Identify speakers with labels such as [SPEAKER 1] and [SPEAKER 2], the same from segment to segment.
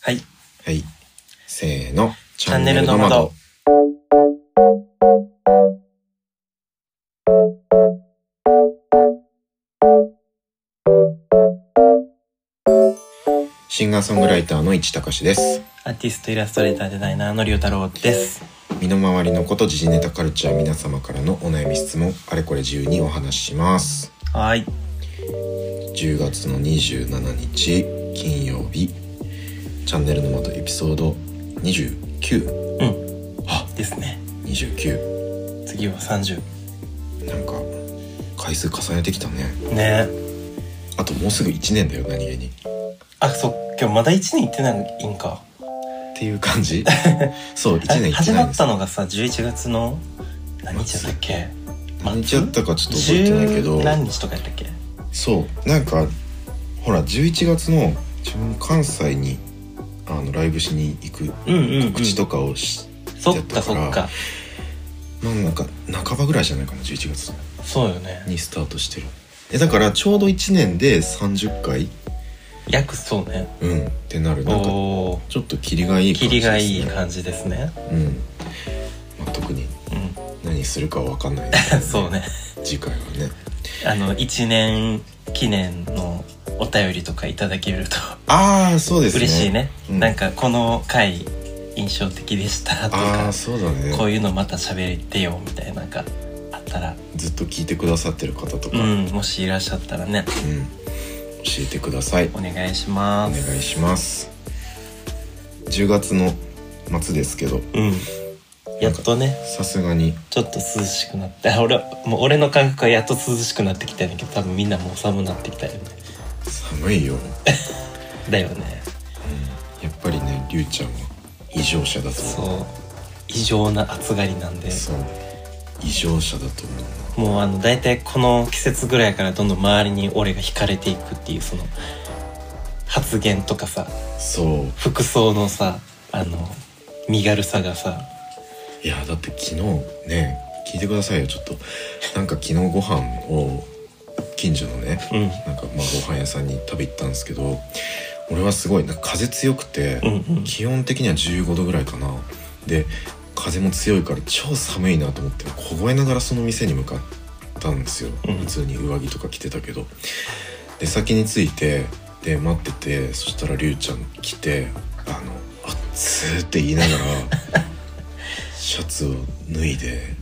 [SPEAKER 1] はい。
[SPEAKER 2] はい。せーの。チ
[SPEAKER 1] ャンネルの窓。
[SPEAKER 2] シンガーソングライターの市隆です。
[SPEAKER 1] アーティストイラストレーターデザイナーのりょうたろうです。
[SPEAKER 2] 身の回りのこと、時事ネタ、カルチャー、皆様からのお悩み、質問、あれこれ自由にお話しします。
[SPEAKER 1] はい。
[SPEAKER 2] 10月の27日、金曜日、チャンネルの窓エピソード29。
[SPEAKER 1] ですね。
[SPEAKER 2] 29。
[SPEAKER 1] 次は30。
[SPEAKER 2] なんか、回数重ねてきたね。
[SPEAKER 1] ね
[SPEAKER 2] あともうすぐ1年だよ、何気に。
[SPEAKER 1] あ、そう、今日まだ1年行ってないんか。
[SPEAKER 2] っていう 感じそう1
[SPEAKER 1] あ
[SPEAKER 2] 年1
[SPEAKER 1] 始
[SPEAKER 2] 年
[SPEAKER 1] まったのがさ、11月の、何日だったっけ
[SPEAKER 2] 何日やったかちょっと覚えてないけど
[SPEAKER 1] 10何日とかやったっけ
[SPEAKER 2] そうなんかほら11月の自分関西にあのライブしに行く
[SPEAKER 1] うんうん、うん。
[SPEAKER 2] 告知とかをし、
[SPEAKER 1] そっかそっか。
[SPEAKER 2] まあなんか半ばぐらいじゃないかな11月
[SPEAKER 1] そうよね。
[SPEAKER 2] にスタートしてるえだからちょうど1年で30回
[SPEAKER 1] 約そうね。
[SPEAKER 2] うんってなるなんか
[SPEAKER 1] おー。
[SPEAKER 2] ちょっとキリがいい
[SPEAKER 1] キ
[SPEAKER 2] 感じ
[SPEAKER 1] リ
[SPEAKER 2] ですね
[SPEAKER 1] がいい感じですね。
[SPEAKER 2] うん、まあ、特に何するかは分かんないですけ
[SPEAKER 1] う
[SPEAKER 2] ど
[SPEAKER 1] ん。 そうね。
[SPEAKER 2] 次回はね
[SPEAKER 1] あの、1年記念のお便りとかいただけると。
[SPEAKER 2] ああそうですね
[SPEAKER 1] 嬉しいね、
[SPEAKER 2] うん
[SPEAKER 1] なんかこの回印象的でしたと
[SPEAKER 2] あ
[SPEAKER 1] か
[SPEAKER 2] あそうだね
[SPEAKER 1] こういうのまた喋ってよみたいなのがあったら、
[SPEAKER 2] ずっと聞いてくださってる方と
[SPEAKER 1] う
[SPEAKER 2] か、うん
[SPEAKER 1] ん、もしいらっしゃったらね
[SPEAKER 2] 教えてください
[SPEAKER 1] お願いし
[SPEAKER 2] お
[SPEAKER 1] ま
[SPEAKER 2] 願
[SPEAKER 1] す
[SPEAKER 2] いします10月の末ですけど
[SPEAKER 1] うんやっとね
[SPEAKER 2] さすがに
[SPEAKER 1] ちょっと涼しくなってあ俺もう俺の感覚はやっと涼しくなってきたんだけど多分みんなもう寒なってきたよね
[SPEAKER 2] 寒いよ、うん
[SPEAKER 1] だよね
[SPEAKER 2] やっぱりねりゅうちゃんは異常者だと思う
[SPEAKER 1] そう異常な暑がりなんで
[SPEAKER 2] そう異常者だと思うな
[SPEAKER 1] もうあの大体この季節ぐらいからどんどん周りに俺が惹かれていくっていうその発言とかさ
[SPEAKER 2] そう
[SPEAKER 1] 服装のさあの身軽さがさ
[SPEAKER 2] いやだって昨日ね聞いてくださいよちょっとなんか昨日ご飯を近所のね
[SPEAKER 1] うん
[SPEAKER 2] なんかまあご飯屋さんに食べ行ったんですけど俺はすごいなんか風強くて、
[SPEAKER 1] うんうん
[SPEAKER 2] 気温的には15度ぐらいかなで風も強いから超寒いなと思って凍えながらその店に向かったんですよ、
[SPEAKER 1] うん
[SPEAKER 2] 普通に上着とか着てたけどで先に着いてで待っててそしたらりゅうちゃん来て「あの暑っ」って言いなが らシャツを脱いで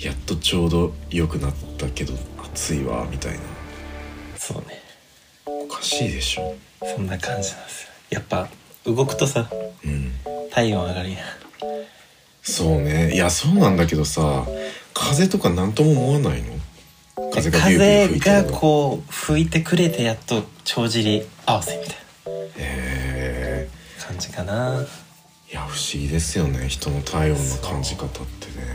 [SPEAKER 2] やっとちょうど良くなったけど暑いわみたいな
[SPEAKER 1] そうね
[SPEAKER 2] おかしいでしょ
[SPEAKER 1] そんな感じなんですよやっぱ動くとさ
[SPEAKER 2] うん
[SPEAKER 1] 体温上がるやん
[SPEAKER 2] そうねいやそうなんだけどさ風とか何とも思わないの風がビュービュ
[SPEAKER 1] 風
[SPEAKER 2] ー吹いて
[SPEAKER 1] が
[SPEAKER 2] るの
[SPEAKER 1] こう吹いてくれてやっと帳尻合わせみたい
[SPEAKER 2] へえ
[SPEAKER 1] な感じかない
[SPEAKER 2] や不思議ですよね人の体温の感じ方ってね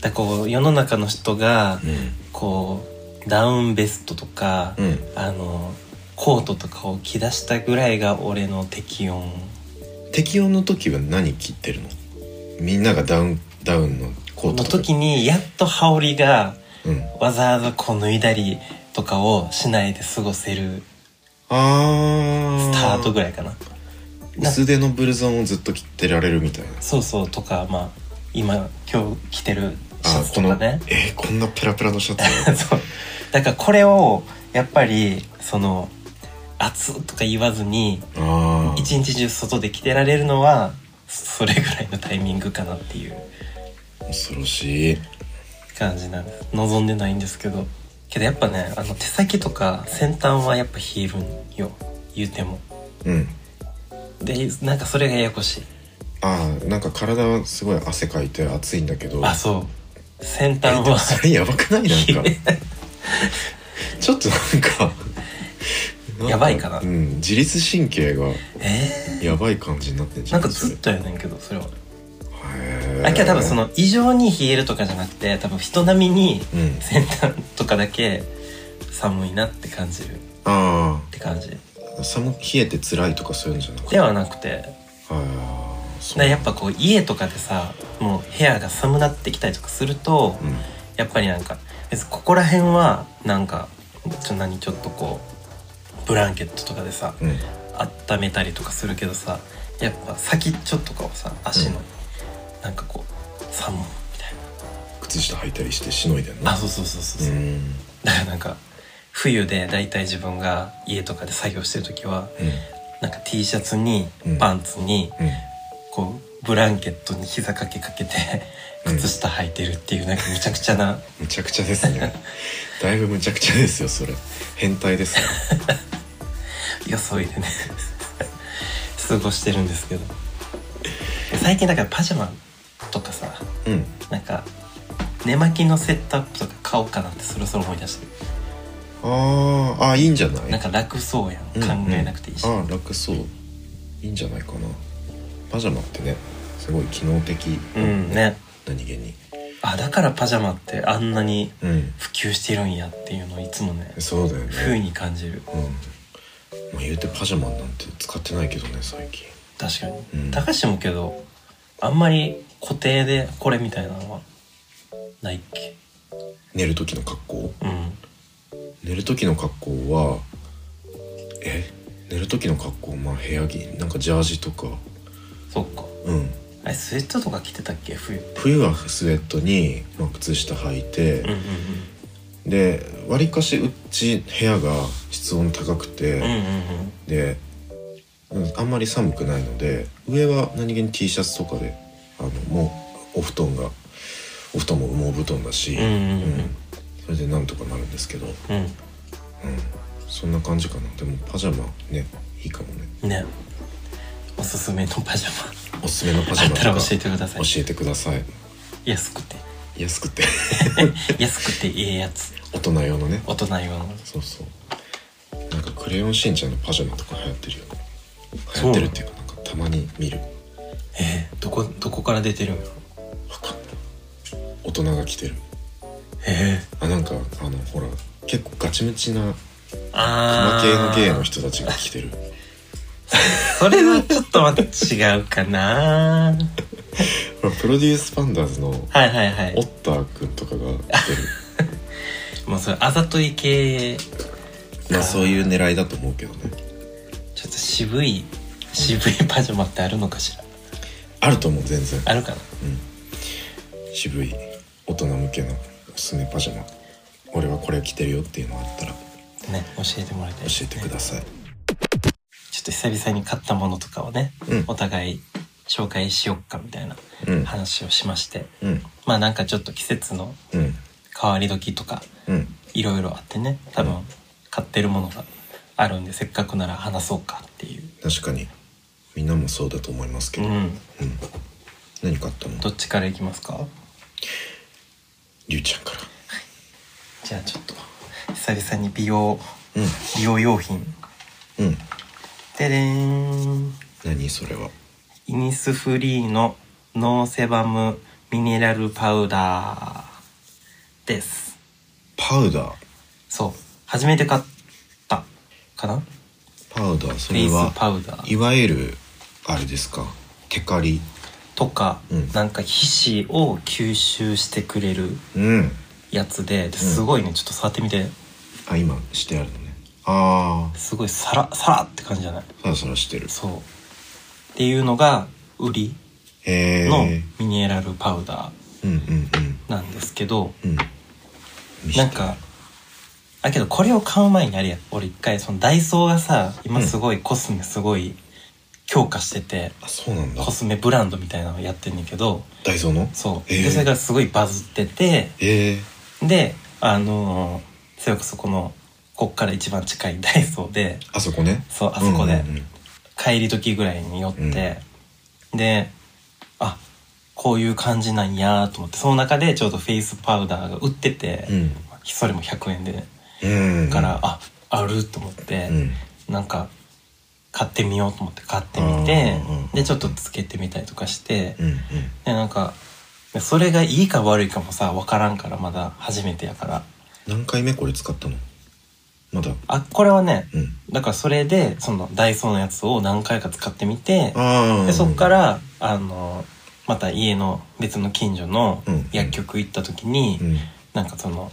[SPEAKER 1] だからこう世の中の人が
[SPEAKER 2] う
[SPEAKER 1] こうダウンベストとか、
[SPEAKER 2] んうん
[SPEAKER 1] あのコートとかを着出したぐらいが俺の適温
[SPEAKER 2] 適温の時は何切ってるのみんながダウンダウンのコー
[SPEAKER 1] の
[SPEAKER 2] トとか
[SPEAKER 1] 時にやっと羽織が
[SPEAKER 2] うん
[SPEAKER 1] わざわざこう脱いだりとかをしないで過ごせる
[SPEAKER 2] あ
[SPEAKER 1] スタートぐ
[SPEAKER 2] らい
[SPEAKER 1] らいかな、
[SPEAKER 2] 薄手のブルゾンをずっと着てられるみたいな
[SPEAKER 1] そうそうとかまあ今今日着てるシャ
[SPEAKER 2] あ
[SPEAKER 1] ツ
[SPEAKER 2] ことの
[SPEAKER 1] かね
[SPEAKER 2] えーこんなペラペラのシャ ツ
[SPEAKER 1] そうだからこれをやっぱりその暑とか言わずに
[SPEAKER 2] ああ
[SPEAKER 1] 一日中外で着てられるのはそれぐらいのタイミングかなっていう
[SPEAKER 2] 恐ろしい
[SPEAKER 1] 感じなんです望んでないんですけどけどやっぱねあの手先とか先端はやっぱ冷えるんよ言うても
[SPEAKER 2] うん
[SPEAKER 1] でなんかそれがややこしい
[SPEAKER 2] ああなんか体はすごい汗かいて暑いんだけど
[SPEAKER 1] あそう先
[SPEAKER 2] え
[SPEAKER 1] 端
[SPEAKER 2] でも
[SPEAKER 1] は
[SPEAKER 2] それやばくないなんか ちょっとなんかなん
[SPEAKER 1] やばいかな
[SPEAKER 2] うん、自律神経が
[SPEAKER 1] え
[SPEAKER 2] やばい感じになってんじ
[SPEAKER 1] ー、
[SPEAKER 2] ゃ
[SPEAKER 1] なんんか
[SPEAKER 2] それ
[SPEAKER 1] ずっとやねんけどそれは
[SPEAKER 2] へー
[SPEAKER 1] あけど多分その異常に冷えるとかじゃなくて多分人並みに
[SPEAKER 2] うん
[SPEAKER 1] 先端とかだけ寒いなって感じるっ
[SPEAKER 2] あ
[SPEAKER 1] て感じ
[SPEAKER 2] あ寒冷えて辛いとかそういうんじゃなくて
[SPEAKER 1] ではなくて
[SPEAKER 2] ああそ
[SPEAKER 1] だやっぱこう家とかでさもう部屋が寒なってきたりとかすると、
[SPEAKER 2] うん
[SPEAKER 1] やっぱりなんか別にここら辺はなんかちょ何ちょっとこうブランケットとかでさ
[SPEAKER 2] うん
[SPEAKER 1] 温めたりとかするけどさやっぱ先っちょとかをさ足の、なんかこう3本みたい
[SPEAKER 2] 靴下履いたりしてしのいでんの
[SPEAKER 1] なあそうそうそうそう
[SPEAKER 2] う
[SPEAKER 1] そう、
[SPEAKER 2] ん
[SPEAKER 1] だからなんか冬で大体自分が家とかで作業してる時は
[SPEAKER 2] うん
[SPEAKER 1] なんか T シャツに
[SPEAKER 2] うん
[SPEAKER 1] パンツに、
[SPEAKER 2] うん
[SPEAKER 1] こうブランケットに膝掛けかけて
[SPEAKER 2] うん
[SPEAKER 1] 靴下履いてるっていうなんかむちゃくちゃな、
[SPEAKER 2] むちゃくちゃで すねだいぶむちゃくちゃですよそれ変態ですね
[SPEAKER 1] 装いでね過ごしてるんですけど最近だからパジャマとかさ
[SPEAKER 2] うん
[SPEAKER 1] なんか寝巻きのセットアップとか買おうかなってそろそろ思い出してる
[SPEAKER 2] あーあーいいんじゃない
[SPEAKER 1] なんか楽そうやん、
[SPEAKER 2] うんうん
[SPEAKER 1] 考えなくていいし、
[SPEAKER 2] ああ楽そういいんじゃないかなパジャマってねすごい機能的、
[SPEAKER 1] うんね
[SPEAKER 2] 何気に
[SPEAKER 1] あだからパジャマってあんなに
[SPEAKER 2] うん
[SPEAKER 1] 普及してるんやっていうのをいつもね
[SPEAKER 2] そうだよね
[SPEAKER 1] 風に感じる
[SPEAKER 2] うんまあ言うてパジャマなんて使ってないけどね最近
[SPEAKER 1] 確かに、
[SPEAKER 2] うん
[SPEAKER 1] 高橋もけどあんまり固定でこれみたいなのはないっけ
[SPEAKER 2] 寝る時の格好
[SPEAKER 1] うん
[SPEAKER 2] 寝る時の格好はえ寝る時の格好まあ部屋着なんかジャージとか
[SPEAKER 1] そっか
[SPEAKER 2] うん
[SPEAKER 1] あれスウェットとか着てたっけ冬って
[SPEAKER 2] 冬はスウェットに、まあ、靴下履いて、
[SPEAKER 1] うんうん
[SPEAKER 2] でわりかしうち部屋が室温高く
[SPEAKER 1] う
[SPEAKER 2] て、
[SPEAKER 1] んうんうんうん
[SPEAKER 2] で、うん、あんまり寒くないので上は何気に T シャツとかであのもうお布団がお布団も羽毛布団だし、
[SPEAKER 1] うんうんうん
[SPEAKER 2] それでなんとかなるんですけど、うん、
[SPEAKER 1] う
[SPEAKER 2] そんな感じかなでもパジャマねいいかもね
[SPEAKER 1] んねおすすめのパジャマ
[SPEAKER 2] おすすめのパ
[SPEAKER 1] あ
[SPEAKER 2] ジャ
[SPEAKER 1] っ
[SPEAKER 2] マと
[SPEAKER 1] たら
[SPEAKER 2] か
[SPEAKER 1] 教えてください
[SPEAKER 2] 教えてください
[SPEAKER 1] 安くて
[SPEAKER 2] 安くて
[SPEAKER 1] 安くていいやつ
[SPEAKER 2] 大人用のね
[SPEAKER 1] 大人用の
[SPEAKER 2] そうそうなんか「クレヨンしんちゃん」のパジャマとか流行ってるよね流
[SPEAKER 1] そう
[SPEAKER 2] 行
[SPEAKER 1] なの
[SPEAKER 2] ってるっていうかなんかたまに見る
[SPEAKER 1] えー、どこどこから出てるんやろ
[SPEAKER 2] わかんない大人が着てる
[SPEAKER 1] え
[SPEAKER 2] あなんかあのほら結構ガチムチな
[SPEAKER 1] ー、あ
[SPEAKER 2] マ
[SPEAKER 1] あ
[SPEAKER 2] 系の芸の人たちが着てる
[SPEAKER 1] それはちょっとまた違うかな
[SPEAKER 2] ほらプロデュースパンダーズのオ
[SPEAKER 1] はいはいはい
[SPEAKER 2] ッターくんとかが着てる
[SPEAKER 1] もうそれあざとい系ちょ
[SPEAKER 2] まあそういう狙いだと思うけどね
[SPEAKER 1] っと渋い渋いパジャマってあるのかしら
[SPEAKER 2] あると思う全然
[SPEAKER 1] あるかな
[SPEAKER 2] 渋い大人向けのおすすめパジャマ俺はこれを着てるよっていうのがあったら教
[SPEAKER 1] ね教えてもらいたいです
[SPEAKER 2] え
[SPEAKER 1] ね
[SPEAKER 2] てください
[SPEAKER 1] ちょっと久々に買ったものとかをね、
[SPEAKER 2] うん
[SPEAKER 1] お互い紹介しよっかみたいな
[SPEAKER 2] うん
[SPEAKER 1] 話をしまして、
[SPEAKER 2] うん
[SPEAKER 1] まあなんかちょっと季節の
[SPEAKER 2] うん
[SPEAKER 1] 変わり時とか
[SPEAKER 2] うん
[SPEAKER 1] いろいろあってね多分買ってるものがあるんでせっかくなら話そうかっていう、
[SPEAKER 2] 確かにみんなもそうだと思いますけ
[SPEAKER 1] う
[SPEAKER 2] ど、
[SPEAKER 1] ん、
[SPEAKER 2] 何買ったの
[SPEAKER 1] どっちからいきますか
[SPEAKER 2] りゅうちゃんから
[SPEAKER 1] じゃあちょっと久々に美容
[SPEAKER 2] う
[SPEAKER 1] 美容用品
[SPEAKER 2] んうん
[SPEAKER 1] ででーん
[SPEAKER 2] 何それは
[SPEAKER 1] イニスフリーのノーセバムミネラルパウダーです
[SPEAKER 2] パウダー
[SPEAKER 1] そう初めて買ったかな
[SPEAKER 2] パウダーそ
[SPEAKER 1] フ
[SPEAKER 2] れ
[SPEAKER 1] ェイ
[SPEAKER 2] は
[SPEAKER 1] スパウダー
[SPEAKER 2] いわゆるあれですかテカリ
[SPEAKER 1] とか、
[SPEAKER 2] うん
[SPEAKER 1] なんか皮脂を吸収してくれる
[SPEAKER 2] うん
[SPEAKER 1] やつでですごいね、ちょっと触ってみて
[SPEAKER 2] あ今してあるのねああ
[SPEAKER 1] すごいサラサラって感じじゃない
[SPEAKER 2] サラサラしてる
[SPEAKER 1] そうっていうのが売り
[SPEAKER 2] へえ
[SPEAKER 1] のミネラルパウダ
[SPEAKER 2] うんうん
[SPEAKER 1] ーなんですけど、
[SPEAKER 2] うんうん見せ
[SPEAKER 1] な
[SPEAKER 2] て
[SPEAKER 1] んかあけどこれを買う前にあれや俺一回そのダイソーがさ今すごいコスメすごい強化してて、
[SPEAKER 2] あそうなんだ
[SPEAKER 1] コスメブランドみたいなのやってんねんけど
[SPEAKER 2] ダイソーの
[SPEAKER 1] そう、
[SPEAKER 2] へえ
[SPEAKER 1] でそれがすごいバズってて
[SPEAKER 2] え
[SPEAKER 1] であのーそれこそこのこっから一番近いダイソーで
[SPEAKER 2] あそこね
[SPEAKER 1] そうあそこで
[SPEAKER 2] うんうんうん
[SPEAKER 1] 帰り時ぐらいに寄って、であこういう感じなんやと思ってその中でちょうどフェイスパウダーが売ってて、
[SPEAKER 2] うん
[SPEAKER 1] それも100円でね
[SPEAKER 2] うんうん
[SPEAKER 1] から、ああると思って
[SPEAKER 2] う、ん
[SPEAKER 1] なんか買ってみようと思って買ってみて
[SPEAKER 2] うんうんうん
[SPEAKER 1] でちょっとつけてみたりとかして、
[SPEAKER 2] うんうん
[SPEAKER 1] でなんかでそれがいいか悪いかもさ分からんからまだ初めてやから
[SPEAKER 2] 何回目これ使ったのまだ
[SPEAKER 1] あこれはね
[SPEAKER 2] うん
[SPEAKER 1] だからそれでそのダイソーのやつを何回か使ってみて
[SPEAKER 2] ああ
[SPEAKER 1] でそっからあのまた家の別の近所の
[SPEAKER 2] うん
[SPEAKER 1] 薬局行った時に、
[SPEAKER 2] うん
[SPEAKER 1] なんかその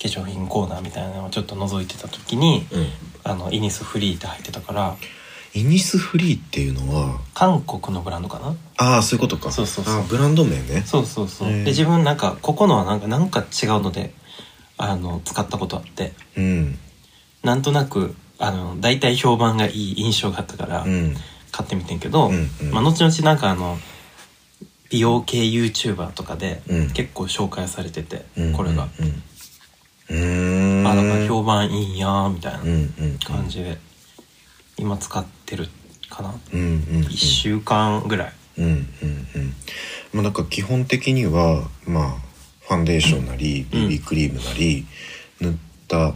[SPEAKER 1] 化粧品コーナーみたいなのをちょっと覗いてた時に
[SPEAKER 2] うん
[SPEAKER 1] あのイニスフリーって入ってたから
[SPEAKER 2] イニスフリーっていうのは
[SPEAKER 1] 韓国のブランドかな
[SPEAKER 2] ああそういうことか
[SPEAKER 1] そうそうそう
[SPEAKER 2] あーブランド名ね
[SPEAKER 1] そうそうそう、
[SPEAKER 2] へえ
[SPEAKER 1] で自分なんかここのはなんかなんか違うのであの使ったことあって
[SPEAKER 2] うん
[SPEAKER 1] なんとなくあの大体評判がいい印象があったから、
[SPEAKER 2] うん
[SPEAKER 1] 買ってみてんけど、
[SPEAKER 2] うんうん
[SPEAKER 1] まあ、後々なんかあの美容系 YouTuber とかで
[SPEAKER 2] うん
[SPEAKER 1] 結構紹介されてて、
[SPEAKER 2] うん
[SPEAKER 1] これが、
[SPEAKER 2] うんうんうーん
[SPEAKER 1] あなんか評判いいんやーみたいな
[SPEAKER 2] うんうんうん
[SPEAKER 1] 感じで、今使ってるかな、
[SPEAKER 2] うんうんうん
[SPEAKER 1] 1週間ぐらい
[SPEAKER 2] うんうんうんまあなんか基本的にはまあファンデーションなり
[SPEAKER 1] うん
[SPEAKER 2] BB クリームなり塗った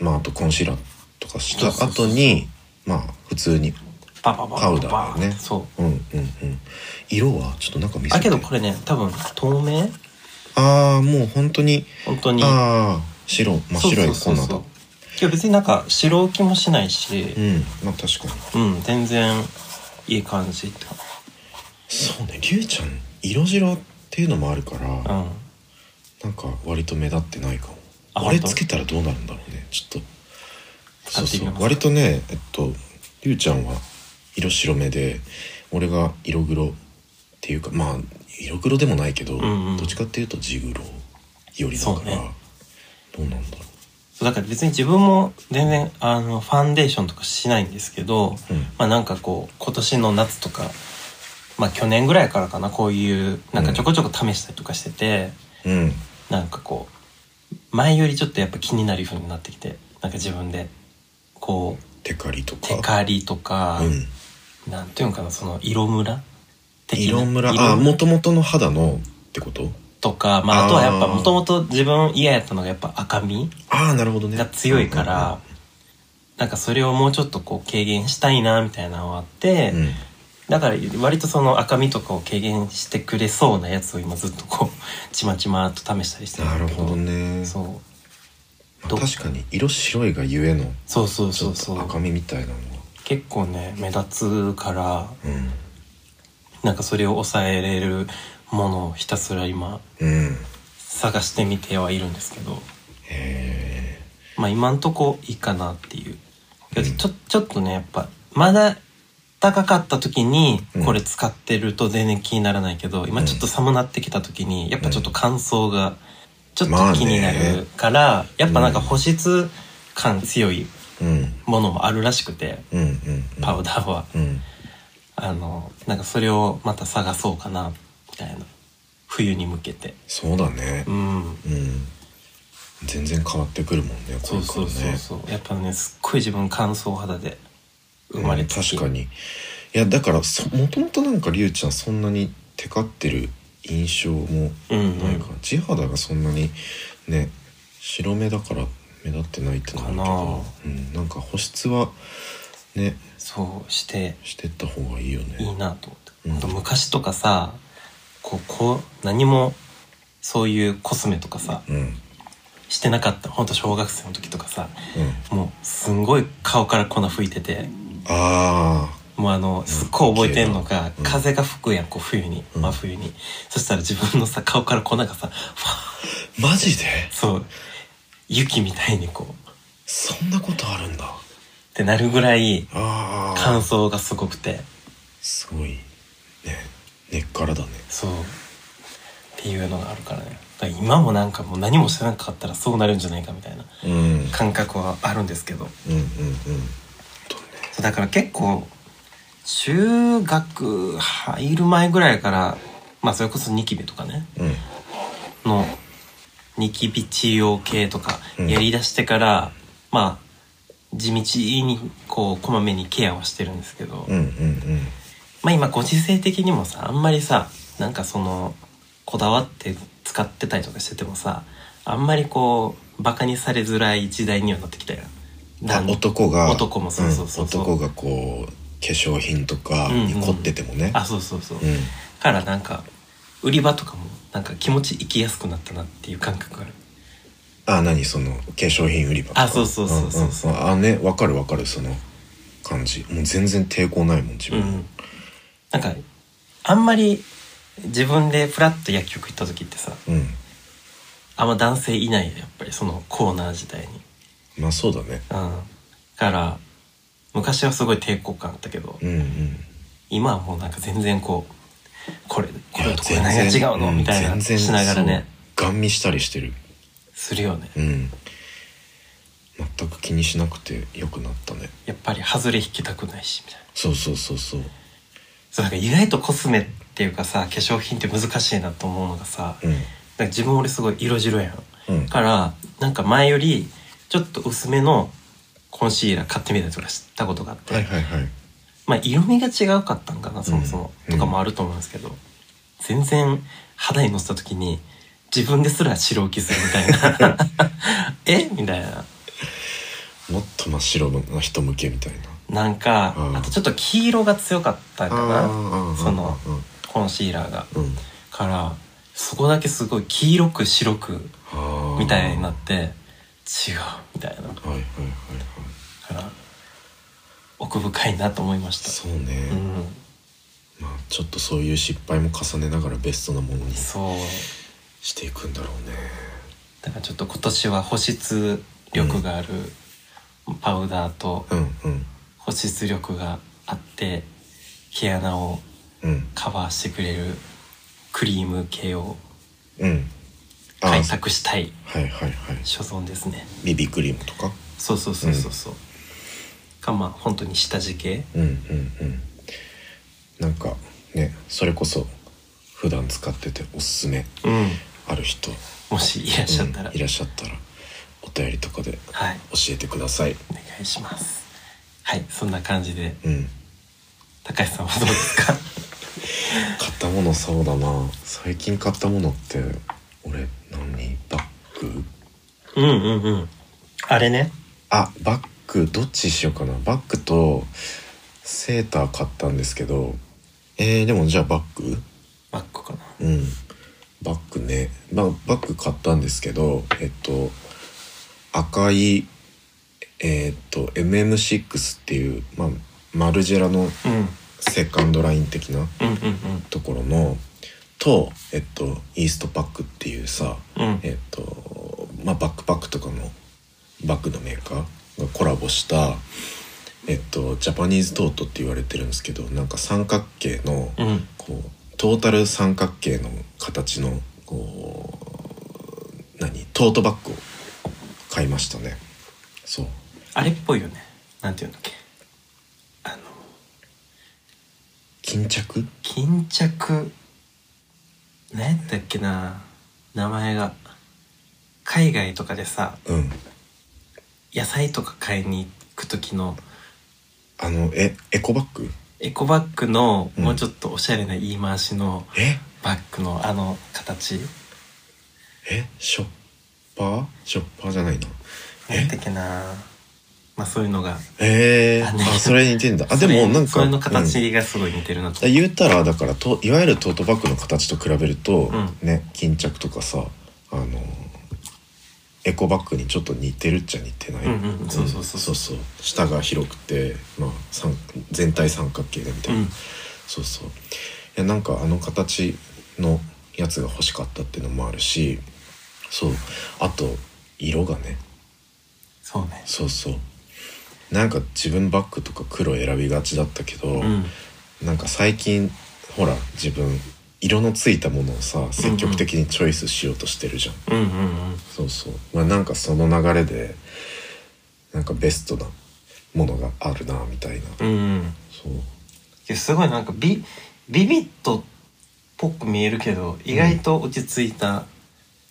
[SPEAKER 2] まああとコンシーラーとかした
[SPEAKER 1] そうそうそ
[SPEAKER 2] 後
[SPEAKER 1] う
[SPEAKER 2] にまあ普通に
[SPEAKER 1] パパパ
[SPEAKER 2] パウ
[SPEAKER 1] パ
[SPEAKER 2] ダ
[SPEAKER 1] パ
[SPEAKER 2] ーだよね
[SPEAKER 1] そう
[SPEAKER 2] うんうんうん色はちょっとなんか見せ
[SPEAKER 1] あ
[SPEAKER 2] て
[SPEAKER 1] けどこれね多分透明
[SPEAKER 2] ああもう本当に
[SPEAKER 1] 本当に
[SPEAKER 2] ああ白真っ白い粉
[SPEAKER 1] そうそうそう
[SPEAKER 2] だ
[SPEAKER 1] そういや別になんか白浮きもしないし
[SPEAKER 2] う、んまあ確かに
[SPEAKER 1] うん全然いい感じって感
[SPEAKER 2] そうねりゅうちゃん色白っていうのもあるから、
[SPEAKER 1] じうん
[SPEAKER 2] なんか割と目立ってないかも
[SPEAKER 1] あ
[SPEAKER 2] あれ
[SPEAKER 1] 本当
[SPEAKER 2] つけたらどうなるんだろうねちょっと
[SPEAKER 1] 使
[SPEAKER 2] そう
[SPEAKER 1] ってみ
[SPEAKER 2] そ
[SPEAKER 1] ます
[SPEAKER 2] う割とねえっとりゅうちゃんは色白目で俺が色黒っていうかまあ色黒でもないけど、
[SPEAKER 1] んうん
[SPEAKER 2] どっちかっていうと地黒よりだから、
[SPEAKER 1] そうね
[SPEAKER 2] どうなんだろ
[SPEAKER 1] そうだから別に自分も全然あのファンデーションとかしないんですけど、
[SPEAKER 2] うん
[SPEAKER 1] まあなんかこう今年の夏とか、まあ、去年ぐらいからかなこういうなんかちょこちょこ試したりとかしてて、
[SPEAKER 2] ううん
[SPEAKER 1] なんかこう前よりちょっとやっぱ気になるようになってきてなんか自分でこう
[SPEAKER 2] テカリとか
[SPEAKER 1] テカリとか、
[SPEAKER 2] うん
[SPEAKER 1] なんていうのかなその色ムラ的な
[SPEAKER 2] 色ムラ
[SPEAKER 1] 色
[SPEAKER 2] あもともとの肌のってこと
[SPEAKER 1] とか、まあ、あとはやっぱ
[SPEAKER 2] あー
[SPEAKER 1] もともと自分嫌やったのがやっぱ赤み
[SPEAKER 2] ああなるほどね
[SPEAKER 1] が強いから、なんかそれをもうちょっとこう軽減したいなみたいなのがあって、
[SPEAKER 2] うん
[SPEAKER 1] だから割とその赤みとかを軽減してくれそうなやつを今ずっとこう ちまちまっと試したりして
[SPEAKER 2] なんる
[SPEAKER 1] だけ
[SPEAKER 2] ほどね、
[SPEAKER 1] そう
[SPEAKER 2] まあ確かに色白いがゆえの
[SPEAKER 1] そうそう
[SPEAKER 2] ち
[SPEAKER 1] そ
[SPEAKER 2] ょっ
[SPEAKER 1] うそ
[SPEAKER 2] と
[SPEAKER 1] う
[SPEAKER 2] 赤みみたいなのが
[SPEAKER 1] 結構ね目立つから
[SPEAKER 2] うん
[SPEAKER 1] なんかそれを抑えれるものをひたすら今
[SPEAKER 2] うん
[SPEAKER 1] 探してみてはいるんですけど
[SPEAKER 2] へ
[SPEAKER 1] まあ今んとこいいかなっていう。
[SPEAKER 2] うん
[SPEAKER 1] ちょちょっとねやっぱまだ高かった時に
[SPEAKER 2] うん
[SPEAKER 1] これ使ってると全然気にならないけど、今ちょっと寒なってきた時にやっぱちょっと乾燥がちょっ
[SPEAKER 2] まあ
[SPEAKER 1] と
[SPEAKER 2] ね
[SPEAKER 1] 気になるから、やっぱなんか保湿感強い
[SPEAKER 2] えうん
[SPEAKER 1] ものもあるらしくて、
[SPEAKER 2] うんうん
[SPEAKER 1] パウダーは。
[SPEAKER 2] うん
[SPEAKER 1] あのなんかそれをまた探そうかなみたいな冬に向けて。
[SPEAKER 2] そうだね
[SPEAKER 1] うん
[SPEAKER 2] うん全然変わってくるもんねこ
[SPEAKER 1] そ
[SPEAKER 2] れ
[SPEAKER 1] う
[SPEAKER 2] か
[SPEAKER 1] そ
[SPEAKER 2] ら
[SPEAKER 1] うそう
[SPEAKER 2] ね
[SPEAKER 1] そうやっぱねすっごい自分乾燥肌で生ま
[SPEAKER 2] う
[SPEAKER 1] れ
[SPEAKER 2] ん
[SPEAKER 1] て
[SPEAKER 2] 確かにいやだからそもともとなんかりゅうちゃんそんなにテカってる印象も
[SPEAKER 1] うん
[SPEAKER 2] ないから、地肌がそんなにね白目だから目立ってないってのもあるけどうん、なんか保湿はね
[SPEAKER 1] そうして
[SPEAKER 2] してった方がいいよね
[SPEAKER 1] いいなと思って、
[SPEAKER 2] うん
[SPEAKER 1] ほんと昔とかさこうこう何もそういうコスメとかさ
[SPEAKER 2] うんうん
[SPEAKER 1] してなかったほんと小学生の時とかさもうすんごい顔から粉吹いてて
[SPEAKER 2] ああ
[SPEAKER 1] もうあのすっごい覚えてんのが、
[SPEAKER 2] うん
[SPEAKER 1] 風が吹くやんこう冬に
[SPEAKER 2] うん
[SPEAKER 1] 真冬に、そしたら自分のさ顔から粉がさファー
[SPEAKER 2] マジで
[SPEAKER 1] そう雪みたいにこうっ
[SPEAKER 2] そんなことあるんだ
[SPEAKER 1] てなるぐらい
[SPEAKER 2] あ
[SPEAKER 1] 乾
[SPEAKER 2] あ
[SPEAKER 1] 燥がすごくて
[SPEAKER 2] すごいね根っからだね
[SPEAKER 1] そうっていうのがあるからねだから今もなんかもう何もしてなかったらそうなるんじゃないかみたいな
[SPEAKER 2] うんうんうんうん
[SPEAKER 1] 感覚はあるんですけどそうだから結構中学入る前ぐらいからまあそれこそニキビとかね
[SPEAKER 2] うん
[SPEAKER 1] のニキビ治療系とか
[SPEAKER 2] うん
[SPEAKER 1] やりだしてから、まあ地道にこうこまめにケアはしてるんですけど、
[SPEAKER 2] うんうん
[SPEAKER 1] まあ今ご時世的にもさあんまりさなんかそのこだわって使ってたりとかしててもさあんまりこうバカにされづらい時代にはなってきたよ
[SPEAKER 2] あ
[SPEAKER 1] 男
[SPEAKER 2] 男が
[SPEAKER 1] 男もそうそうそうそうん
[SPEAKER 2] 男がこう化粧品とかに凝っててもね
[SPEAKER 1] あそうそうそう、
[SPEAKER 2] うん
[SPEAKER 1] からなんか売り場とかもなんか気持ち行きやすくなったなっていう感覚がある
[SPEAKER 2] あ何その化粧品売り場とか
[SPEAKER 1] あそうそうそうそうそうん
[SPEAKER 2] んんあねわかるわかるその感じもう全然抵抗ないもん自
[SPEAKER 1] うん、
[SPEAKER 2] 分
[SPEAKER 1] なんかあんまり自分でフラッと薬局行った時ってさ
[SPEAKER 2] うん
[SPEAKER 1] あんま男性いないよやっぱりそのコーナー自体に
[SPEAKER 2] まあそうだね
[SPEAKER 1] うん。から、昔はすごい抵抗感あったけど、
[SPEAKER 2] うんうん
[SPEAKER 1] 今はもうなんか全然こうこれこれとこれ
[SPEAKER 2] いや
[SPEAKER 1] 何が
[SPEAKER 2] 全
[SPEAKER 1] 違
[SPEAKER 2] 然
[SPEAKER 1] うのみたいな
[SPEAKER 2] うん全然
[SPEAKER 1] しながらね
[SPEAKER 2] そうガン見したりしてる
[SPEAKER 1] するよね
[SPEAKER 2] うん全く気にしなくてよくなったね
[SPEAKER 1] やっぱり外れ引きたくないしみたいな
[SPEAKER 2] そうそうそうそう
[SPEAKER 1] そうなんか意外とコスメっていうかさ化粧品って難しいなと思うのがさ、
[SPEAKER 2] うん
[SPEAKER 1] なんか自分俺すごい色白やん
[SPEAKER 2] うん
[SPEAKER 1] からなんか前よりちょっと薄めのコンシーラー買ってみたりとかしたことがあって、
[SPEAKER 2] はいはいはい
[SPEAKER 1] まあ色味が違うかったんかなそもそも、
[SPEAKER 2] うん
[SPEAKER 1] とかもあると思うんですけど、全然肌にのせた時に自分ですら白浮きするみたい な えみたいな
[SPEAKER 2] もっと真っ白な人向けみたいな
[SPEAKER 1] なんか、
[SPEAKER 2] うん
[SPEAKER 1] あとちょっと黄色が強かったか
[SPEAKER 2] あ
[SPEAKER 1] な
[SPEAKER 2] ーあー
[SPEAKER 1] その
[SPEAKER 2] あー
[SPEAKER 1] コンシーラーが
[SPEAKER 2] あーうん
[SPEAKER 1] からそこだけすごい黄色く白く
[SPEAKER 2] あー
[SPEAKER 1] みたいになっ
[SPEAKER 2] は
[SPEAKER 1] て違うみたいない
[SPEAKER 2] はいはいはいはい
[SPEAKER 1] から奥深いなと思いまし
[SPEAKER 2] そうね
[SPEAKER 1] た、うん
[SPEAKER 2] まあちょっとそういう失敗も重ねながらベストなものに
[SPEAKER 1] そう
[SPEAKER 2] していくんだろうね
[SPEAKER 1] だからちょっと今年は保湿力があるパウダーと
[SPEAKER 2] うんうん
[SPEAKER 1] 保湿力があって毛穴を
[SPEAKER 2] うん
[SPEAKER 1] カバーしてくれるクリーム系を
[SPEAKER 2] うんあー
[SPEAKER 1] 開拓したい
[SPEAKER 2] はいはいはい
[SPEAKER 1] 所存ですね
[SPEAKER 2] ビビクリームとか
[SPEAKER 1] そうそうそうそうそうかまあ本当に下地系
[SPEAKER 2] うんうんうんなんかねそれこそ普段使ってておすすめ
[SPEAKER 1] うん
[SPEAKER 2] ある人い
[SPEAKER 1] もしいらっしゃったら、
[SPEAKER 2] いらっしゃったらお便りとかで教
[SPEAKER 1] はい
[SPEAKER 2] えてください
[SPEAKER 1] お願いしますはいそんな感じで
[SPEAKER 2] うん
[SPEAKER 1] 高橋さんはどうですか
[SPEAKER 2] 買ったものそうだな最近買ったものって俺何バッグ
[SPEAKER 1] うんうんうんあれね
[SPEAKER 2] あバッグどっちにしようかなバッグとセーター買ったんですけどえー、でもじゃあバッグ
[SPEAKER 1] バックかな
[SPEAKER 2] うんバッグね、まあ、バッグ買ったんですけどえっと赤いえーっと MM6 っていう、まあ、マルジェラの
[SPEAKER 1] うん
[SPEAKER 2] セカンドライン的な
[SPEAKER 1] うんうん
[SPEAKER 2] ところのとえっとイーストパックっていうさ
[SPEAKER 1] うんうん
[SPEAKER 2] えっとまあバックパックとかのバッグのメーカーがコラボしたえっとジャパニーズトートって言われてるんですけどなんか三角形の
[SPEAKER 1] うん
[SPEAKER 2] こうトータル三角形の形のこう何トートバッグを買いましたねそう
[SPEAKER 1] あれっぽいよねなんていうんだっけあの
[SPEAKER 2] 巾着
[SPEAKER 1] 巾着何やったっけな名前が海外とかでさ
[SPEAKER 2] うん
[SPEAKER 1] 野菜とか買いに行く時の
[SPEAKER 2] あのえエコバッグ
[SPEAKER 1] エコバッグの
[SPEAKER 2] うん
[SPEAKER 1] もうちょっとおしゃれな言い回しの
[SPEAKER 2] え
[SPEAKER 1] バッグのあの形
[SPEAKER 2] えショッパーショッパーじゃないな
[SPEAKER 1] 何や
[SPEAKER 2] え
[SPEAKER 1] ったっけなまあそういうのが
[SPEAKER 2] えー、
[SPEAKER 1] あね
[SPEAKER 2] あそれ似てんだあで
[SPEAKER 1] それ
[SPEAKER 2] もなんか
[SPEAKER 1] それの
[SPEAKER 2] うん
[SPEAKER 1] 形がすごい似てるなと、
[SPEAKER 2] 言うたらだからといわゆるトートバッグの形と比べると、
[SPEAKER 1] う
[SPEAKER 2] ね巾着とかさあのエコバッグにちょっと似てるっちゃ似てない、
[SPEAKER 1] うんうんそうそうそう
[SPEAKER 2] そうそう下が広くて、まあ、三全体三角形でみたいな、
[SPEAKER 1] うん
[SPEAKER 2] そうそういやなんかあの形のやつが欲しかったっていうのもあるしそうあと色がね
[SPEAKER 1] そうね
[SPEAKER 2] そうそうなんか自分バッグとか黒選びがちだったけど、
[SPEAKER 1] うん
[SPEAKER 2] なんか最近ほら自分色のついたものをさ積極的にチョイスしようとしてるじゃん、
[SPEAKER 1] うんうんうん
[SPEAKER 2] そうそうまあなんかその流れでなんかベストなものがあるなみたいな、
[SPEAKER 1] うんうん
[SPEAKER 2] そう
[SPEAKER 1] いやすごいなんかビビビットっぽく見えるけど意外と落ち着いた、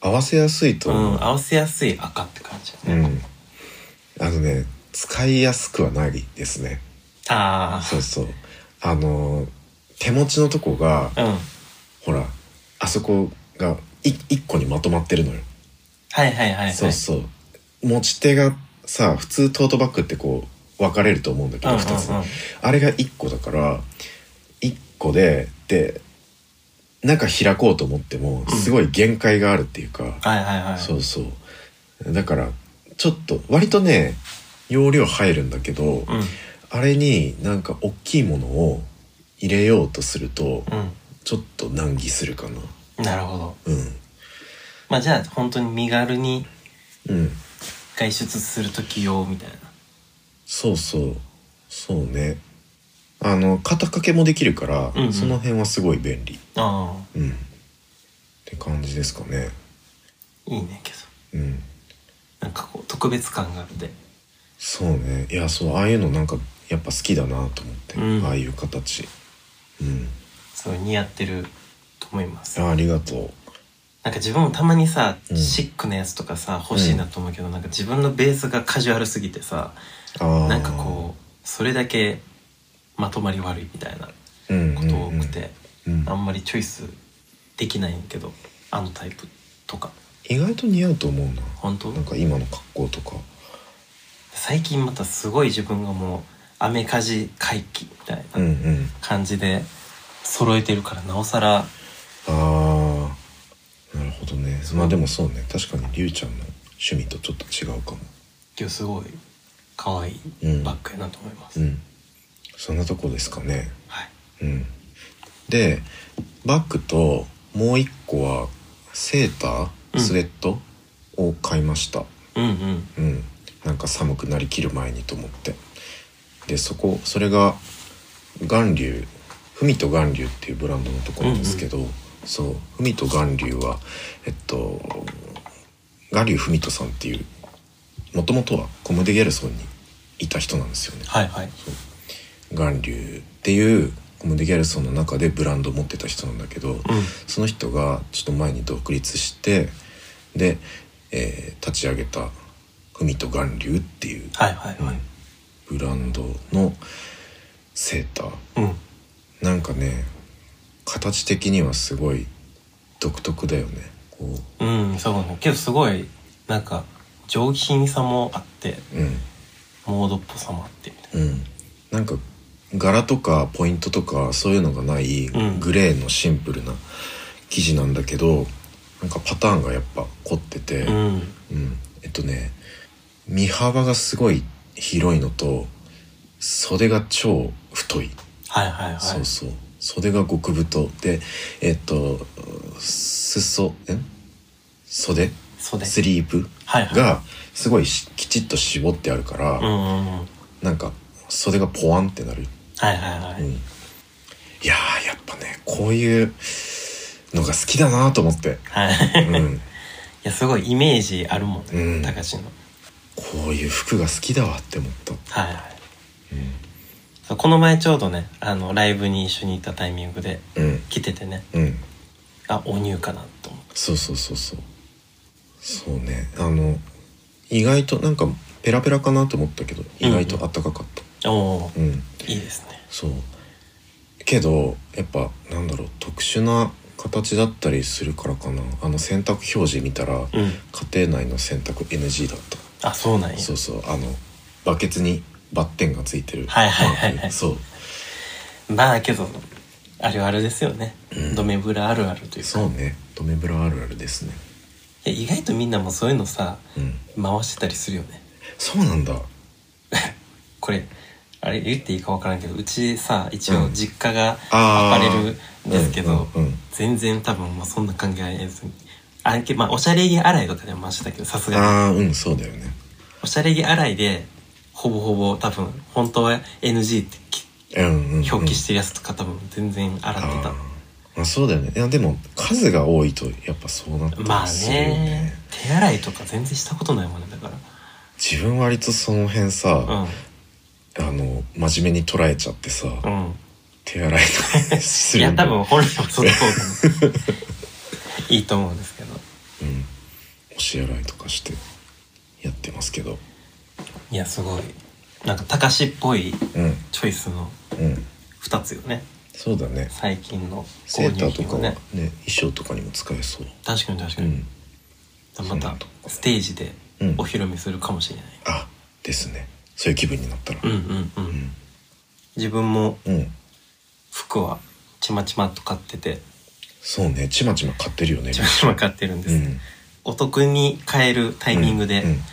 [SPEAKER 2] 合わせやすいと
[SPEAKER 1] うん
[SPEAKER 2] 思う
[SPEAKER 1] 合わせやすい赤って感じ
[SPEAKER 2] う
[SPEAKER 1] だ
[SPEAKER 2] ん、
[SPEAKER 1] ね、
[SPEAKER 2] あのね使いやすくはないですね
[SPEAKER 1] あ
[SPEAKER 2] そうそうあの手持ちのとこが
[SPEAKER 1] あうん
[SPEAKER 2] ほらあそこがい一個にまとまってるのよ
[SPEAKER 1] はいはいはいはい
[SPEAKER 2] そうそう持ち手がさ普通トートバッグってこう分かれると思うんだけ
[SPEAKER 1] うん
[SPEAKER 2] ど
[SPEAKER 1] うん
[SPEAKER 2] 2つ、
[SPEAKER 1] うん
[SPEAKER 2] あれが1個だから1個でで中開こうと思ってもすごい限界があるっていうか、
[SPEAKER 1] はいはいはい
[SPEAKER 2] そうそうだからちょっと割とね容量入るんだけど、
[SPEAKER 1] うん
[SPEAKER 2] あれになんか大きいものを入れようとすると
[SPEAKER 1] う
[SPEAKER 2] ちょっと難儀するかな。
[SPEAKER 1] んなるほど
[SPEAKER 2] うん
[SPEAKER 1] まあじゃあ本当に身軽に
[SPEAKER 2] うん
[SPEAKER 1] 外出する時用みたいな
[SPEAKER 2] そうそうそうねあの肩掛けもできるから、
[SPEAKER 1] うんうん
[SPEAKER 2] その辺はすごい便利
[SPEAKER 1] ああ
[SPEAKER 2] うんって感じですかね
[SPEAKER 1] いいねんけど
[SPEAKER 2] うん
[SPEAKER 1] なんかこう特別感があるんで
[SPEAKER 2] そうねいやそうああいうのなんかやっぱ好きだなと思って、
[SPEAKER 1] うん
[SPEAKER 2] ああいう形うん
[SPEAKER 1] すごい似合ってると思います
[SPEAKER 2] あありがと
[SPEAKER 1] なんか自分もたまにさ、
[SPEAKER 2] うん
[SPEAKER 1] シックなやつとかさ欲しいなと思うけど、なんか自分のベースがカジュアルすぎてさ
[SPEAKER 2] うああ
[SPEAKER 1] なんかこうそれだけまとまり悪いみたいな
[SPEAKER 2] う,、うんうん
[SPEAKER 1] こ
[SPEAKER 2] うん
[SPEAKER 1] と多くて、
[SPEAKER 2] うん
[SPEAKER 1] あんまりチョイスできないんやけどあのタイプとか
[SPEAKER 2] 意外と似合うと思うな
[SPEAKER 1] 本当
[SPEAKER 2] なんか今の格好とか
[SPEAKER 1] 最近またすごい自分がもうアメカジ回帰みたい
[SPEAKER 2] うんう
[SPEAKER 1] なん感じで揃えてるからなおさら
[SPEAKER 2] ああなるほどねまあでもそうね確かにりゅうちゃんの趣味とちょっと違うかも
[SPEAKER 1] 今日すごい可愛い
[SPEAKER 2] うん
[SPEAKER 1] バッグやなと思います、
[SPEAKER 2] うんそんなとこですかね
[SPEAKER 1] はい
[SPEAKER 2] うんでバッグともう一個はセータ
[SPEAKER 1] う
[SPEAKER 2] ー
[SPEAKER 1] ん
[SPEAKER 2] スウェットを買いました
[SPEAKER 1] うんうん
[SPEAKER 2] うん、なんか寒くなりきる前にと思ってでそこそれが巌流文と巌流っていうブランドのところなんですけど、そう文と巌流はえっと巌流文人さんっていうもともとはコム・デ・ギャルソンにいた人なんですよね
[SPEAKER 1] はいはい
[SPEAKER 2] 巌流っていうコム・デ・ギャルソンの中でブランドを持ってた人なんだけど、
[SPEAKER 1] うん
[SPEAKER 2] その人がちょっと前に独立してで、えー立ち上げた海と巌流っていう、
[SPEAKER 1] はいはいはい
[SPEAKER 2] ブランドのセーター
[SPEAKER 1] うん
[SPEAKER 2] なんかね形的にはすごい独特だよねこ
[SPEAKER 1] うん、そうねけどすごいなんか上品さもあって
[SPEAKER 2] ううん
[SPEAKER 1] モードっぽさもあってみたい
[SPEAKER 2] うんなんか柄とかポイントとかそういうのがない
[SPEAKER 1] うん
[SPEAKER 2] グレーのシンプルな生地なんだけど、なんかパターンがやっぱ凝ってて、
[SPEAKER 1] なうん
[SPEAKER 2] うん、えっとね身幅がすごい広いのと袖が超太い、
[SPEAKER 1] はいはいはい
[SPEAKER 2] そうそう袖が極太でえっと裾え袖
[SPEAKER 1] 袖
[SPEAKER 2] スリーブ
[SPEAKER 1] はいはい
[SPEAKER 2] がすごいしきちっと絞ってあるから、
[SPEAKER 1] うんうんうん
[SPEAKER 2] なんか袖がポワンってなる、
[SPEAKER 1] はいはいはい、
[SPEAKER 2] うん、いやーやっぱねこういうのが好きだなと思って、
[SPEAKER 1] はい、
[SPEAKER 2] う
[SPEAKER 1] い
[SPEAKER 2] ん、
[SPEAKER 1] やすごいイメージあるもん
[SPEAKER 2] うん
[SPEAKER 1] ね高志、の
[SPEAKER 2] こういう服が好きだわって思った、
[SPEAKER 1] はいはい
[SPEAKER 2] うん
[SPEAKER 1] そうこの前ちょうどねあのライブに一緒に行ったタイミングで
[SPEAKER 2] うん
[SPEAKER 1] 来ててね
[SPEAKER 2] うん、
[SPEAKER 1] あお乳かなと思って
[SPEAKER 2] そうそうそうそうそうねあの意外となんかペラペラかなと思ったけど意外とあったかかった
[SPEAKER 1] おおー
[SPEAKER 2] うん、
[SPEAKER 1] いいですね
[SPEAKER 2] そうけどやっぱなんだろう特殊な形だったりするからかなあの洗濯表示見たら、
[SPEAKER 1] うん
[SPEAKER 2] 家庭内の洗濯 NG だった
[SPEAKER 1] あそうなんや
[SPEAKER 2] そうそうあのバケツにバッテンがついてる
[SPEAKER 1] はいはいはいはい
[SPEAKER 2] マークそう
[SPEAKER 1] まあけどあるあるですよね、
[SPEAKER 2] うん
[SPEAKER 1] ドメブラあるあるというか
[SPEAKER 2] そうねドメブラあるあるですね
[SPEAKER 1] いや意外とみんなもそういうのさ
[SPEAKER 2] うん
[SPEAKER 1] 回してたりするよね
[SPEAKER 2] そうなんだ
[SPEAKER 1] これあれ言っていいか分からんけどうちさ一応
[SPEAKER 2] うん
[SPEAKER 1] 実家がアパ
[SPEAKER 2] あ
[SPEAKER 1] レ
[SPEAKER 2] ー
[SPEAKER 1] ルですけど、
[SPEAKER 2] うんうんうん
[SPEAKER 1] 全然多分もうそんな関係ないですあけまあおしゃれ着洗いとかでも回してたけどさすがに
[SPEAKER 2] ああうんそうだよね
[SPEAKER 1] おしゃれ着洗いでほぼほぼ多分本当は NG ってき
[SPEAKER 2] うんうんうん、
[SPEAKER 1] 表記してるやつとか多分全然洗ってた、
[SPEAKER 2] あーまあそうだよねいやでも数が多いとやっぱそうなった
[SPEAKER 1] まあ
[SPEAKER 2] りするよ
[SPEAKER 1] ね手洗いとか全然したことないもんねだから
[SPEAKER 2] 自分割とその辺さ、あの真面目に捉えちゃってさ、
[SPEAKER 1] うんうん
[SPEAKER 2] 手洗いとかす
[SPEAKER 1] い
[SPEAKER 2] る
[SPEAKER 1] や
[SPEAKER 2] んだ
[SPEAKER 1] 多分本来はそうだと思 ういいと思うんですけど
[SPEAKER 2] うんお支払いとかしてやってますけど
[SPEAKER 1] いやすごいなんか高しっぽい
[SPEAKER 2] うん
[SPEAKER 1] チョイスの
[SPEAKER 2] うん
[SPEAKER 1] 2つよね
[SPEAKER 2] そうだね
[SPEAKER 1] 最近の
[SPEAKER 2] セーターと
[SPEAKER 1] 品
[SPEAKER 2] か
[SPEAKER 1] は
[SPEAKER 2] はね衣装とかにも使えそう
[SPEAKER 1] 確かに確か
[SPEAKER 2] う
[SPEAKER 1] に、
[SPEAKER 2] ん
[SPEAKER 1] またステージで
[SPEAKER 2] うん
[SPEAKER 1] お披露目するかもしれない、
[SPEAKER 2] あですねそういう気分になったら
[SPEAKER 1] うん、うんうん、
[SPEAKER 2] うん
[SPEAKER 1] 自分も
[SPEAKER 2] うん
[SPEAKER 1] 服はちまちまっと買ってて
[SPEAKER 2] そうねちまちま買ってるよ ね
[SPEAKER 1] ちまちま買ってるんです、
[SPEAKER 2] うん
[SPEAKER 1] お得に買えるタイミングで
[SPEAKER 2] うんうん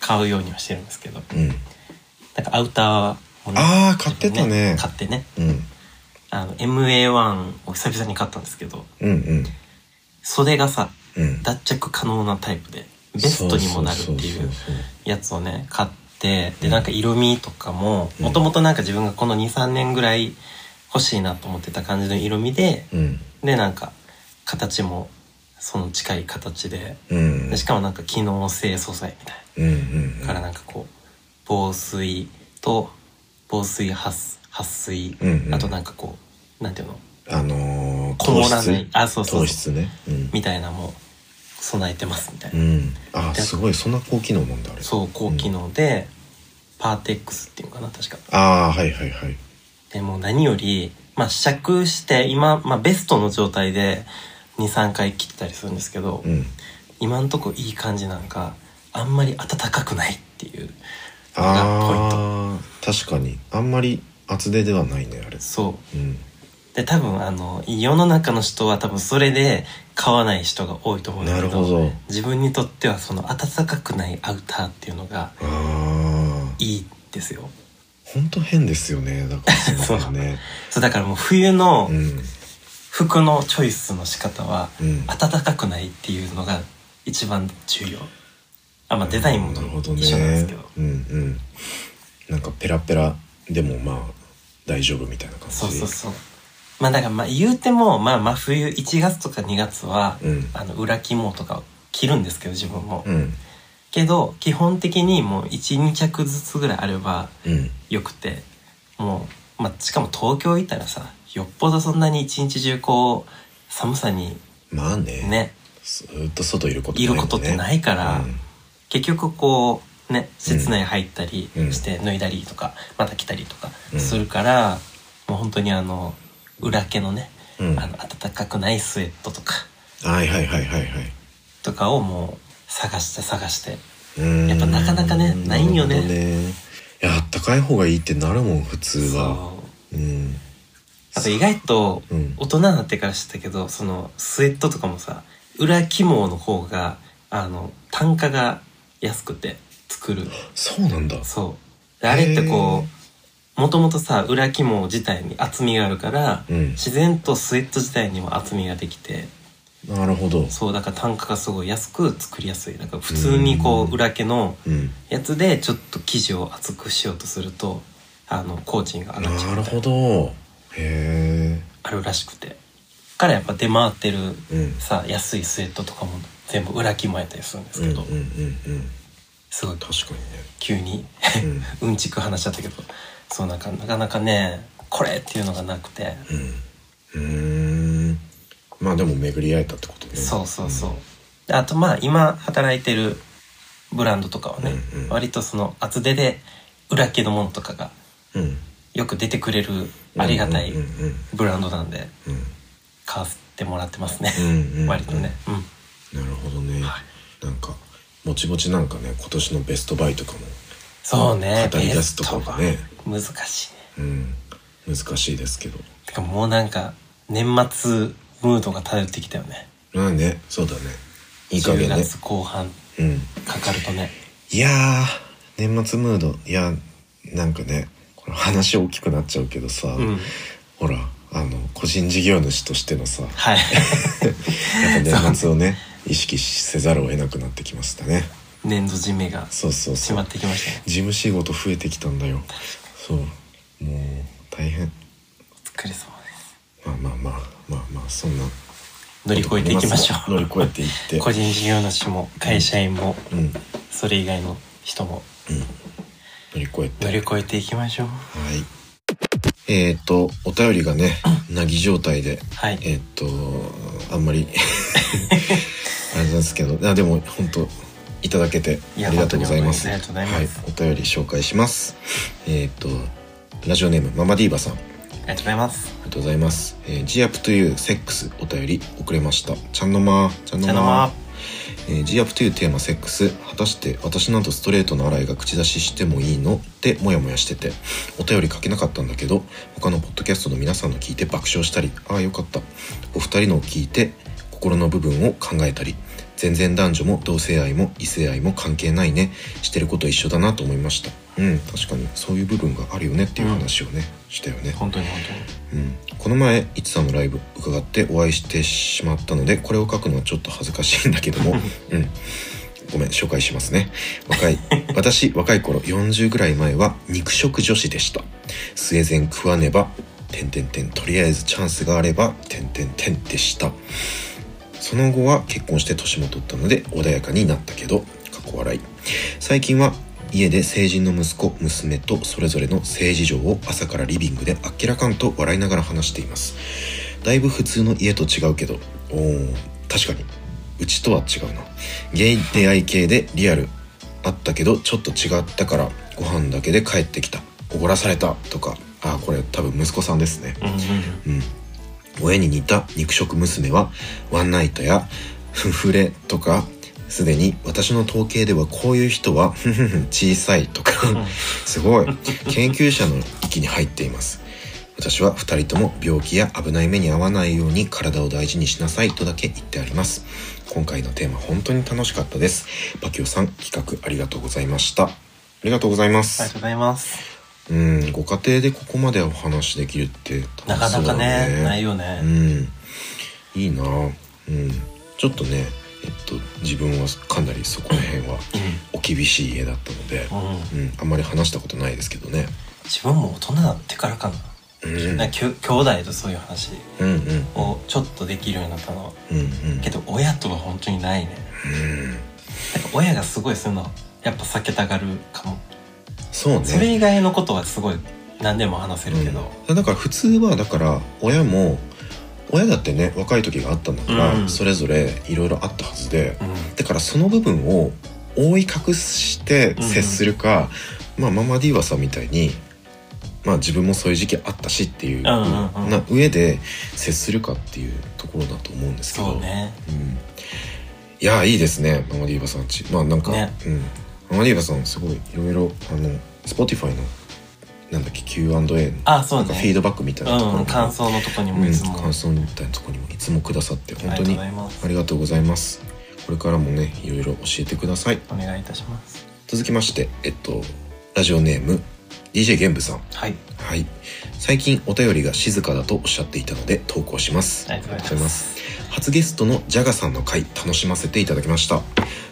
[SPEAKER 1] 買うようにはしてるんですけど、
[SPEAKER 2] うん
[SPEAKER 1] なんかアウターも
[SPEAKER 2] あー買ってたね
[SPEAKER 1] 買ってね
[SPEAKER 2] うん
[SPEAKER 1] あの MA1 を久々に買ったんですけど
[SPEAKER 2] うんうん
[SPEAKER 1] 袖がさ
[SPEAKER 2] うん
[SPEAKER 1] 脱着可能なタイプでベストにもなるっていうやつをね買ってでなんか色味とかも
[SPEAKER 2] うん
[SPEAKER 1] もともとなんか自分がこの23年ぐらい欲しいなと思ってた感じの色味で
[SPEAKER 2] うん
[SPEAKER 1] でなんか形もその近い形で
[SPEAKER 2] うん
[SPEAKER 1] でしかもなんか機能性素材みたい
[SPEAKER 2] うんうん
[SPEAKER 1] なからなんかこう防水と防水撥撥水
[SPEAKER 2] うんうん
[SPEAKER 1] あとなんかこうなんていうの
[SPEAKER 2] あのー、
[SPEAKER 1] こもら
[SPEAKER 2] 糖
[SPEAKER 1] ない
[SPEAKER 2] 質
[SPEAKER 1] あそうそう
[SPEAKER 2] 糖
[SPEAKER 1] そう
[SPEAKER 2] 質ねうん
[SPEAKER 1] みたいなのも備えてますみたいな。
[SPEAKER 2] うんあ
[SPEAKER 1] で
[SPEAKER 2] すごいそんな高機能なんだあれ
[SPEAKER 1] そう高機能で、パーテックスっていうのかな確か
[SPEAKER 2] ああはいはいはい
[SPEAKER 1] でもう何より、まあ、試着して今、まあ、ベストの状態で23回切ったりするんですけど、
[SPEAKER 2] うん
[SPEAKER 1] 今んとこいい感じなんかあんまり暖かくないっていうのがポイント
[SPEAKER 2] ああ確かにあんまり厚手ではないねあれ
[SPEAKER 1] そう
[SPEAKER 2] うん
[SPEAKER 1] で多分あの世の中の人は多分それで買わない人が多いと思うんだ
[SPEAKER 2] な
[SPEAKER 1] け
[SPEAKER 2] る
[SPEAKER 1] ど
[SPEAKER 2] ほど
[SPEAKER 1] 自分にとってはその暖かくないアウターっていうのが
[SPEAKER 2] ああ
[SPEAKER 1] いいんですよ
[SPEAKER 2] ほんと変ですよねだから そ
[SPEAKER 1] そう
[SPEAKER 2] うね
[SPEAKER 1] そうだからもう冬の
[SPEAKER 2] うん
[SPEAKER 1] 服のチョイスの仕方は、
[SPEAKER 2] うん
[SPEAKER 1] 暖かくないっていうのが一番重要あまあデザインも
[SPEAKER 2] なるほどね
[SPEAKER 1] 一緒なんですけど
[SPEAKER 2] うんうんなんかペラペラでもまあ大丈夫みたいな感じ
[SPEAKER 1] そうそうそうまあだからまあ言うてもまあ真冬1月とか2月は、
[SPEAKER 2] うん
[SPEAKER 1] あの裏肝とかを着るんですけど自分も、
[SPEAKER 2] うん
[SPEAKER 1] けど基本的にもう12着ずつぐらいあれば
[SPEAKER 2] うん
[SPEAKER 1] よくてもう、まあ、しかも東京行ったらさよっぽどそんなに一日中こう寒さに
[SPEAKER 2] まあね
[SPEAKER 1] ね
[SPEAKER 2] ずーっと外いること
[SPEAKER 1] いることってないから、結局こうね室内入ったり
[SPEAKER 2] うん
[SPEAKER 1] して脱いだりとか、また来たりとか
[SPEAKER 2] うん
[SPEAKER 1] するから、もう本当にあの裏毛のね、
[SPEAKER 2] うんうん
[SPEAKER 1] あの暖かくないスウェットとか
[SPEAKER 2] はいはいはいはいはい
[SPEAKER 1] とかをもう探して探して
[SPEAKER 2] や
[SPEAKER 1] やっぱなかなかねないんよね
[SPEAKER 2] いやあったかい方がいいってなるもん普通は
[SPEAKER 1] そう
[SPEAKER 2] う、ん、
[SPEAKER 1] あと意外と
[SPEAKER 2] うん
[SPEAKER 1] 大人になってから知ったけどそのスウェットとかもさ裏起毛の方があの単価が安くて作る
[SPEAKER 2] そうなんだ
[SPEAKER 1] そうであれってこうもともとさ裏起毛自体に厚みがあるから、
[SPEAKER 2] うん
[SPEAKER 1] 自然とスウェット自体にも厚みができて
[SPEAKER 2] なるほど
[SPEAKER 1] そうだから単価がすごい安く作りやすいだから普通にこ
[SPEAKER 2] うん
[SPEAKER 1] う裏毛の
[SPEAKER 2] うん
[SPEAKER 1] やつでちょっと生地を厚くしようとするとあの工賃が上がっちゃうみ
[SPEAKER 2] なる
[SPEAKER 1] たい
[SPEAKER 2] ほ
[SPEAKER 1] な
[SPEAKER 2] どへ
[SPEAKER 1] あるらしくてからやっぱ出回ってる
[SPEAKER 2] えうん
[SPEAKER 1] さ安いスウェットとかも全部裏起毛やったりするんです
[SPEAKER 2] うん
[SPEAKER 1] け
[SPEAKER 2] うんうん
[SPEAKER 1] ど、
[SPEAKER 2] うん
[SPEAKER 1] すごい
[SPEAKER 2] 確か
[SPEAKER 1] 急に
[SPEAKER 2] にね
[SPEAKER 1] うんちく話しちゃったけどそうなんかなかなかねこれっていうのがなくて、
[SPEAKER 2] うんうんうーんまあでも巡り合えたってことね
[SPEAKER 1] そうそうそうであとまあ今働いてるブランドとかはね、
[SPEAKER 2] うんうん
[SPEAKER 1] 割とその厚手で裏毛のものとかが
[SPEAKER 2] うん、うん、
[SPEAKER 1] よく出てくれるありがたい
[SPEAKER 2] うんうん
[SPEAKER 1] ブランドなんで
[SPEAKER 2] うん
[SPEAKER 1] 買わせてもらってますね、
[SPEAKER 2] うんうんうん
[SPEAKER 1] 割とね、うん、
[SPEAKER 2] なるほどね、
[SPEAKER 1] は
[SPEAKER 2] なんかもちもちなんかね今年のベストバイとかも
[SPEAKER 1] そうね
[SPEAKER 2] 語り出すとこがね
[SPEAKER 1] ベストは難しいね
[SPEAKER 2] うん難しいですけど
[SPEAKER 1] てかもうなんか年末ムードが漂ってきたよね
[SPEAKER 2] まあねそうだねいい加減
[SPEAKER 1] 10
[SPEAKER 2] ね
[SPEAKER 1] 月後半
[SPEAKER 2] うん
[SPEAKER 1] かかるとね
[SPEAKER 2] いやー年末ムードいやなんかねこれ話大きくなっちゃうけどさ、
[SPEAKER 1] うん
[SPEAKER 2] ほらあの個人事業主としてのさやっ
[SPEAKER 1] はい
[SPEAKER 2] ぱ年末を ね意識せざるを得なくなってきましたね
[SPEAKER 1] 年度締めが
[SPEAKER 2] そうそう
[SPEAKER 1] し
[SPEAKER 2] そう
[SPEAKER 1] まってきましたね
[SPEAKER 2] 事務仕事増えてきたんだよそうもう大変
[SPEAKER 1] お疲れ様です
[SPEAKER 2] まあまあまあまあまあそんな
[SPEAKER 1] 乗り越えていきましょう
[SPEAKER 2] 乗り越えていって
[SPEAKER 1] 個人事業主も会社員も
[SPEAKER 2] うんうん乗
[SPEAKER 1] それ以外の人も
[SPEAKER 2] り越えて
[SPEAKER 1] 乗り越えていきましょう
[SPEAKER 2] はいえっ、ー、とお便りがねなぎ状態で
[SPEAKER 1] はい
[SPEAKER 2] えっ、とあんま りあれなんですけどあでも本当いただけて
[SPEAKER 1] いや
[SPEAKER 2] ありがとうございます
[SPEAKER 1] 本当にありがとうございます
[SPEAKER 2] はい、お便り紹介しますえっ、とラジオネームママディーバさん
[SPEAKER 1] ありがとうございます
[SPEAKER 2] ありがとうございます。えー、G up to you sex お便り遅れました。ちゃんのまー、ちゃん
[SPEAKER 1] じゃあのま
[SPEAKER 2] えー、G up to you テーマセックス果たして私などストレートの洗いが口出ししてもいいのってモヤモヤしててお便り書けなかったんだけど他のポッドキャストの皆さんの聞いて爆笑したりああよかったお二人のを聞いて心の部分を考えたり全然男女も同性愛も異性愛も関係ないねしてること一緒だなと思いましたうん確かにそういう部分があるよねっていう話をね、したよね
[SPEAKER 1] 本当に本
[SPEAKER 2] うん、この前いつさんのライブ伺ってお会いしてしまったのでこれを書くのはちょっと恥ずかしいんだけども、うん、ごめん紹介しますね若い 私若い頃40ぐらい前は肉食女子でしたスウェーデン食わねばてんてんてんとりあえずチャンスがあればてんてんてんでしたその後は結婚して年も取ったので穏やかになったけど過去笑い最近は家で成人の息子娘とそれぞれの性事情を朝からリビングであっけらかんと笑いながら話していますだいぶ普通の家と違うけどおー確かにうちとは違うなゲイ出会い系でリアルあったけどちょっと違ったからご飯だけで帰ってきたおごらされたとかあーこれ多分息子さんですね
[SPEAKER 1] うんうん
[SPEAKER 2] うん、親に似た肉食娘はワンナイトやフフレとかすでに私の統計ではこういう人はふふふ小さいとかすごい研究者の域に入っています私は2人とも病気や危ない目に遭わないように体を大事にしなさいとだけ言ってあります今回のテーマ本当に楽しかったですパキオさん企画ありがとうございましたありがとうございま
[SPEAKER 1] ありがと
[SPEAKER 2] す
[SPEAKER 1] うございます。
[SPEAKER 2] うんご家庭でここまでお話できるって
[SPEAKER 1] な
[SPEAKER 2] 楽
[SPEAKER 1] か
[SPEAKER 2] しそ
[SPEAKER 1] な
[SPEAKER 2] うだ
[SPEAKER 1] かね、ないよね
[SPEAKER 2] う。ん、いいなうんちょっとねえっと自分はかなりそこら辺はお厳しい家だったので、
[SPEAKER 1] うんうん
[SPEAKER 2] うん、あんまり話したことないですけどね
[SPEAKER 1] 自分も大人になってからかな。
[SPEAKER 2] うん
[SPEAKER 1] なんかきょ兄弟とそういう話
[SPEAKER 2] うんうんうん
[SPEAKER 1] をちょっとできるようになったの。
[SPEAKER 2] うん
[SPEAKER 1] けど親とは本当にないね。
[SPEAKER 2] うん
[SPEAKER 1] なんか親がすごいそういうのやっぱ避けたがるかも。
[SPEAKER 2] そう
[SPEAKER 1] それ
[SPEAKER 2] ね
[SPEAKER 1] 以外のことはすごい何でも話せるけど。
[SPEAKER 2] うんだから普通はだから親も親だってね若い時があったんだから、
[SPEAKER 1] うん
[SPEAKER 2] それぞれいろいろあったはずで
[SPEAKER 1] うん
[SPEAKER 2] だからその部分を覆い隠して接するか、まあママディーワさんみたいに、まあ、自分もそういう時期あったしっていう,、
[SPEAKER 1] んうんうん
[SPEAKER 2] な上で接するかっていうところだと思うんですけど
[SPEAKER 1] そうね。
[SPEAKER 2] うん、いやいいですねママディーワさんちまあなんか、
[SPEAKER 1] ね
[SPEAKER 2] うん、ママディーワさんすごいいろいろあの Spotify のなんだっけ Q&A の
[SPEAKER 1] あ、そう
[SPEAKER 2] なんかフィー
[SPEAKER 1] ね。
[SPEAKER 2] ドバックみたいなところ
[SPEAKER 1] う
[SPEAKER 2] も
[SPEAKER 1] ん、感想のとこに
[SPEAKER 2] う
[SPEAKER 1] もい
[SPEAKER 2] ん
[SPEAKER 1] つも。
[SPEAKER 2] 感想みたいなところにもいつもくださって本
[SPEAKER 1] ありが
[SPEAKER 2] 当
[SPEAKER 1] とうござ
[SPEAKER 2] に
[SPEAKER 1] います
[SPEAKER 2] あ。りがとうございます。これからもね、いろいろ教えてください。
[SPEAKER 1] お願いいたします。
[SPEAKER 2] 続きまして、えっと、ラジオネーム、DJ 玄武さん。
[SPEAKER 1] はい。
[SPEAKER 2] はい。最近お便りが静かだとおっしゃっていたので投稿します。
[SPEAKER 1] ありがとうございます。
[SPEAKER 2] 初ゲストのジャガさんの回楽しませていただきました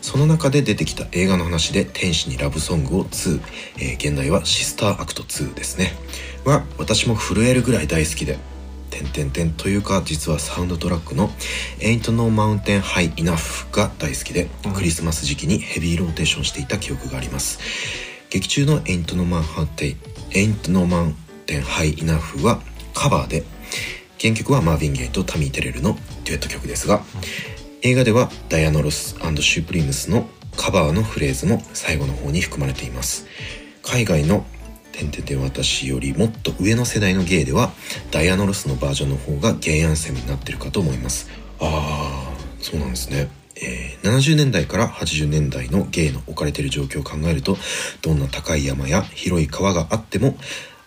[SPEAKER 2] その中で出てきた映画の話で「天使にラブソングを2」えー現代は「シスターアクト2」ですねは私も震えるぐらい大好きで「てんてんてん」というか実はサウンドトラックの「Ain't No Mountain High Enough」が大好きで
[SPEAKER 1] うん
[SPEAKER 2] クリスマス時期にヘビーローテーションしていた記憶があります劇中の「Ain't No Mountain Ain't No Mountain High Enough」はカバーで原曲はマーヴィン・ゲイとタミー・テレルのデュエット曲ですが映画ではダイアナ・ロスシュープリームスのカバーのフレーズも最後の方に含まれています海外の「てんてんてん私」よりもっと上の世代のゲイではダイアナ・ロスのバージョンの方がゲイアンセムになってるかと思いますあーそうなんですねえー70年代から80年代のゲイの置かれている状況を考えるとどんな高い山や広い川があっても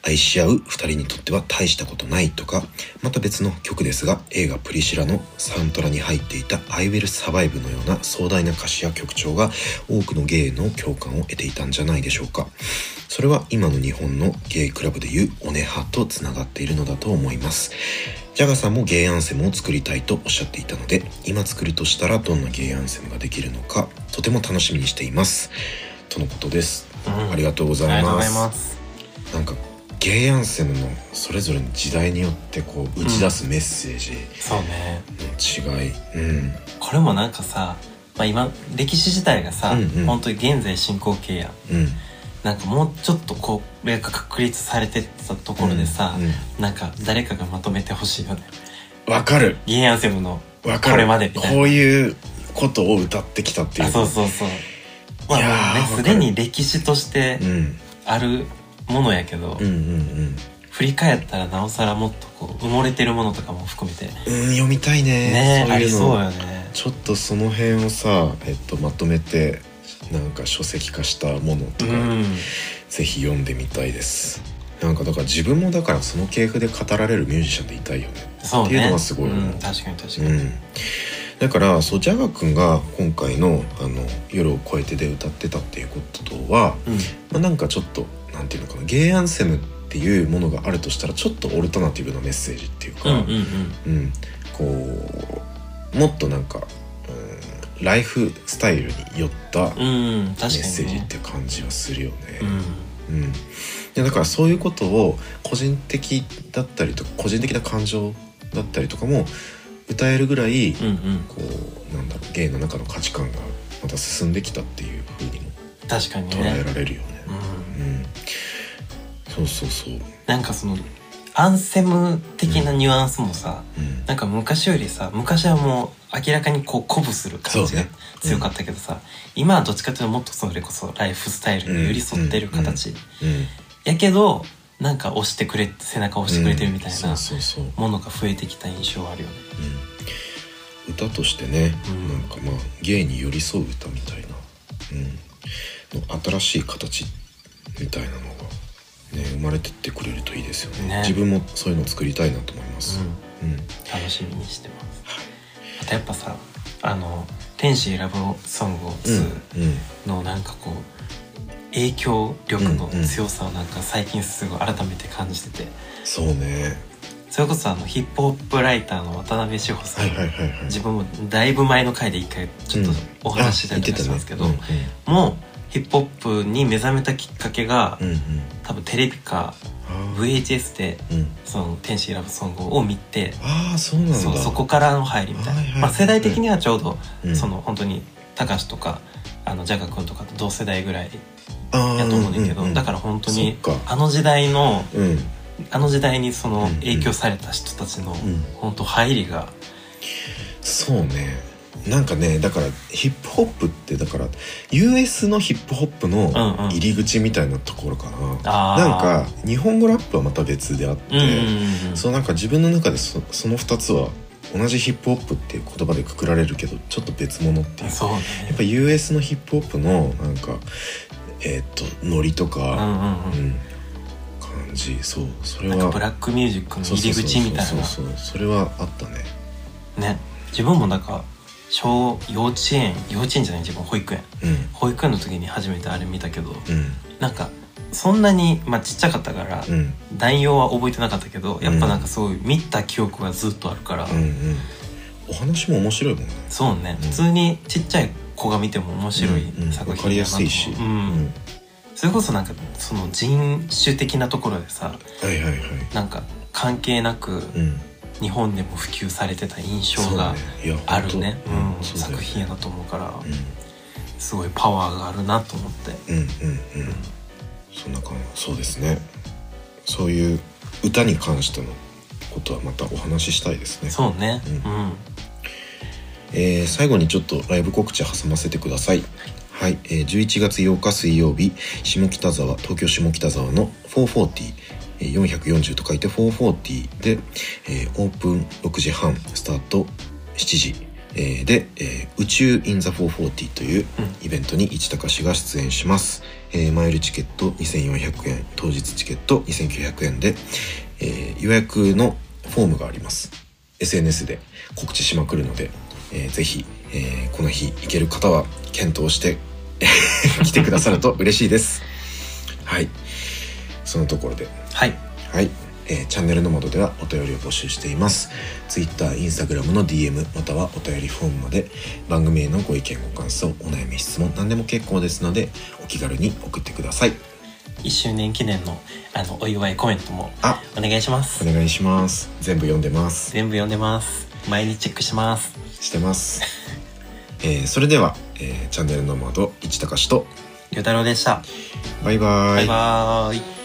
[SPEAKER 2] 愛し合う2人にとっては大したことないとかまた別の曲ですが映画「プリシラ」のサントラに入っていた「I Will Survive」のような壮大な歌詞や曲調が多くのゲイの共感を得ていたんじゃないでしょうかそれは今の日本のゲイクラブでいうオネハとつながっているのだと思いますジャガさんもゲイアンセムを作りたいとおっしゃっていたので今作るとしたらどんなゲイアンセムができるのかとても楽しみにしていますとのことです
[SPEAKER 1] うん
[SPEAKER 2] ありがとうござ
[SPEAKER 1] あり
[SPEAKER 2] い
[SPEAKER 1] がとうご
[SPEAKER 2] ま
[SPEAKER 1] ざい
[SPEAKER 2] す
[SPEAKER 1] ます。
[SPEAKER 2] なんかゲイアンセムのそれぞれの時代によってこう打ち出すメッセージ
[SPEAKER 1] そうね。
[SPEAKER 2] の違い、うん
[SPEAKER 1] これもなんかさ、まあ、今歴史自体がさ、
[SPEAKER 2] うんうん
[SPEAKER 1] 本当に現在進行形やん
[SPEAKER 2] うん、
[SPEAKER 1] なんかもうちょっとこうれが確立されてったところでさ、
[SPEAKER 2] うんうん
[SPEAKER 1] なんか誰かがまとめてほしいよね
[SPEAKER 2] わかる
[SPEAKER 1] ゲイアンセムの
[SPEAKER 2] わかる
[SPEAKER 1] これまでみたいな
[SPEAKER 2] こういうことを歌ってきたってい
[SPEAKER 1] あ
[SPEAKER 2] う
[SPEAKER 1] そうそうそうまあ
[SPEAKER 2] いやー
[SPEAKER 1] もう
[SPEAKER 2] わ
[SPEAKER 1] ね
[SPEAKER 2] かる
[SPEAKER 1] すでに歴史として
[SPEAKER 2] うん、
[SPEAKER 1] あるものやけど、
[SPEAKER 2] うんうん
[SPEAKER 1] 振り返ったらなおさらもっとこう埋もれてるものとかも含めてね
[SPEAKER 2] うんうん読みたいね
[SPEAKER 1] えあり
[SPEAKER 2] の
[SPEAKER 1] そうよね
[SPEAKER 2] ちょっとその辺をさ、えっと、まとめてなんか書籍化したもの
[SPEAKER 1] う
[SPEAKER 2] とか、
[SPEAKER 1] ん
[SPEAKER 2] ぜひ読んでみたいですなんかだから自分もだからその系譜で語られるミュージシャンでいたいよね
[SPEAKER 1] そうね
[SPEAKER 2] っていうのはすごい思う
[SPEAKER 1] うん、確かに確か
[SPEAKER 2] う
[SPEAKER 1] に、
[SPEAKER 2] ん、だからそうジャガ君が今回の「あの夜を越えて」で歌ってたっていうこととは、
[SPEAKER 1] うん
[SPEAKER 2] まあ、なんかちょっとなんていうのかなゲイアンセムっていうものがあるとしたらちょっとオルタナティブなメッセージっていうか、
[SPEAKER 1] うんうんうん
[SPEAKER 2] うんこうもっとなんか、うんライフスタイルに寄ったメ
[SPEAKER 1] うん確か
[SPEAKER 2] ッ
[SPEAKER 1] に、ね、
[SPEAKER 2] セージって感じはするよね。
[SPEAKER 1] うん
[SPEAKER 2] うん、でだからそういうことを個人的だったりとか個人的な感情だったりとかも歌えるぐらい、
[SPEAKER 1] うんうん
[SPEAKER 2] こうなんだろう芸の中の価値観がまた進んできたっていうふうにも
[SPEAKER 1] 確かに
[SPEAKER 2] 捉
[SPEAKER 1] ね、
[SPEAKER 2] えられるよね。
[SPEAKER 1] うん、
[SPEAKER 2] うん、そうそうそう。
[SPEAKER 1] なんかそのアンセム的なニュアンスもさ、
[SPEAKER 2] うん、
[SPEAKER 1] なんか昔よりさ昔はもう明らかにこう鼓舞する感じが
[SPEAKER 2] そうね
[SPEAKER 1] 強かったけどさ、今はどっちかというともっとそれこそライフスタイルに寄り添ってる形、
[SPEAKER 2] うん、
[SPEAKER 1] やけどなんか押してくれ背中を押してくれてるみたい
[SPEAKER 2] うん
[SPEAKER 1] な
[SPEAKER 2] そうそうそう、
[SPEAKER 1] ものが増えてきた印象はあるよね。
[SPEAKER 2] うん、歌としてね、
[SPEAKER 1] うん
[SPEAKER 2] なんかまあ芸に寄り添う歌みたいな、うん、の新しい形みたいなのが、ね、生まれてってくれるといいですよね
[SPEAKER 1] ね
[SPEAKER 2] 自分もそういうのを作りたいなと思います、うん
[SPEAKER 1] 楽しみにしてます。あとやっぱさあの「天使選ぶソングを2
[SPEAKER 2] うんうん」
[SPEAKER 1] のなんかこう影響力の強さをなんか最近すごい改めて感じてて
[SPEAKER 2] そうね
[SPEAKER 1] それこそあのヒップホップライターの渡辺志保さ
[SPEAKER 2] は
[SPEAKER 1] ん、
[SPEAKER 2] いはいはいはい
[SPEAKER 1] 自分もだいぶ前の回で一回ちょっとお話ししたりとかしたんですけど、
[SPEAKER 2] うんあ言ってたね
[SPEAKER 1] もうヒップホップに目覚めたきっかけが、
[SPEAKER 2] うんうん
[SPEAKER 1] 多分テレビか
[SPEAKER 2] うんあー
[SPEAKER 1] VHS で
[SPEAKER 2] うん
[SPEAKER 1] その「天使選ぶソング」を見て、
[SPEAKER 2] あーそうなんだ
[SPEAKER 1] そうそこからの入りみたいな、
[SPEAKER 2] はいはい
[SPEAKER 1] まあ、世代的にはちょうど、
[SPEAKER 2] うん
[SPEAKER 1] その本当に高橋とかあのジャガ君とかと同世代ぐらい
[SPEAKER 2] あー
[SPEAKER 1] やと思うねんだけど、
[SPEAKER 2] うう
[SPEAKER 1] だから本当に
[SPEAKER 2] そっか
[SPEAKER 1] あの時代の
[SPEAKER 2] うんうん
[SPEAKER 1] あの時代にその
[SPEAKER 2] うんうん
[SPEAKER 1] 影響された人たちの
[SPEAKER 2] ん
[SPEAKER 1] 本当入りが、
[SPEAKER 2] そうねなんかねだからヒップホップってだから US のヒップホップの
[SPEAKER 1] うんうん
[SPEAKER 2] 入り口みたいなところかな、
[SPEAKER 1] あー
[SPEAKER 2] なんか日本語ラップはまた別であって、
[SPEAKER 1] うんうんうん
[SPEAKER 2] そうなんか自分の中でそその2つは同じヒップホップっていう言葉でくくられるけどちょっと別物っていう
[SPEAKER 1] そうね
[SPEAKER 2] やっぱ US のヒップホップのなんかえーっとノリと
[SPEAKER 1] う
[SPEAKER 2] か、
[SPEAKER 1] んうんうん
[SPEAKER 2] うん感じそうそれ
[SPEAKER 1] な
[SPEAKER 2] は
[SPEAKER 1] んかブラックミュージックの入り口みたい
[SPEAKER 2] そうそうそうそうそれはあったね
[SPEAKER 1] なね自分もなんか小幼稚園幼稚園じゃない自分保育園
[SPEAKER 2] う
[SPEAKER 1] 保育園の時に初めてあれ見たけど
[SPEAKER 2] ん
[SPEAKER 1] なんかそんなにまあちっちゃかったから
[SPEAKER 2] うんうん
[SPEAKER 1] 内容は覚えてなかったけどやっぱなんかすごい見た記憶がずっとあるから、
[SPEAKER 2] うんうん、お話も面白いもんね
[SPEAKER 1] そうね
[SPEAKER 2] うん
[SPEAKER 1] 普通にちっちゃい子が見ても面白い
[SPEAKER 2] うんうん
[SPEAKER 1] 作品だなと思う
[SPEAKER 2] わかりやすいし
[SPEAKER 1] うん
[SPEAKER 2] うん
[SPEAKER 1] それこそなんかその人種的なところでさ
[SPEAKER 2] はいはいはい
[SPEAKER 1] なんか関係なく
[SPEAKER 2] うん
[SPEAKER 1] 日本でも普及されてた印
[SPEAKER 2] そ
[SPEAKER 1] 象
[SPEAKER 2] うだ
[SPEAKER 1] が
[SPEAKER 2] ねいや
[SPEAKER 1] あるね
[SPEAKER 2] ほ
[SPEAKER 1] うんん
[SPEAKER 2] とそうだよ
[SPEAKER 1] 作品やなと思うから、
[SPEAKER 2] う
[SPEAKER 1] すごいパワーがあるなと思って
[SPEAKER 2] んうんうんうんそんな感じそうですねそういう歌に関してのことはまたお話ししたいですね
[SPEAKER 1] そうね
[SPEAKER 2] う
[SPEAKER 1] うん、
[SPEAKER 2] えー最後にちょっとライブ告知挟ませてください。はい、えー11月8日水曜日、下北沢、東京下北沢の440、えー440と書いて440で、えーオープン6時半、スタート7時、えーで、えー宇宙 in the 440というイベントに市高氏が出演します。えー前売りチケット2400円、当日チケット2900円で、えー予約のフォームがあります。SNS で告知しまくるので、えーぜひ、えーこの日行ける方は検討して 来てくださると嬉しいです。はい。そのところで、
[SPEAKER 1] はい
[SPEAKER 2] はい。えーチャンネルの窓ではお便りを募集しています。Twitter、Instagram の DM またはお便りフォームまで番組へのご意見、ご感想、お悩み、質問何でも結構ですのでお気軽に送ってください。
[SPEAKER 1] 1周年記念のあのお祝いコメントも
[SPEAKER 2] あ、
[SPEAKER 1] お願いします
[SPEAKER 2] お願いします。全部読んでます。
[SPEAKER 1] 全部読んでます毎日チェックします
[SPEAKER 2] して ます。えーそれでは、えーチャンネルの窓、市高しと、
[SPEAKER 1] りょうたろうでした
[SPEAKER 2] バイバイ。
[SPEAKER 1] バイバーイ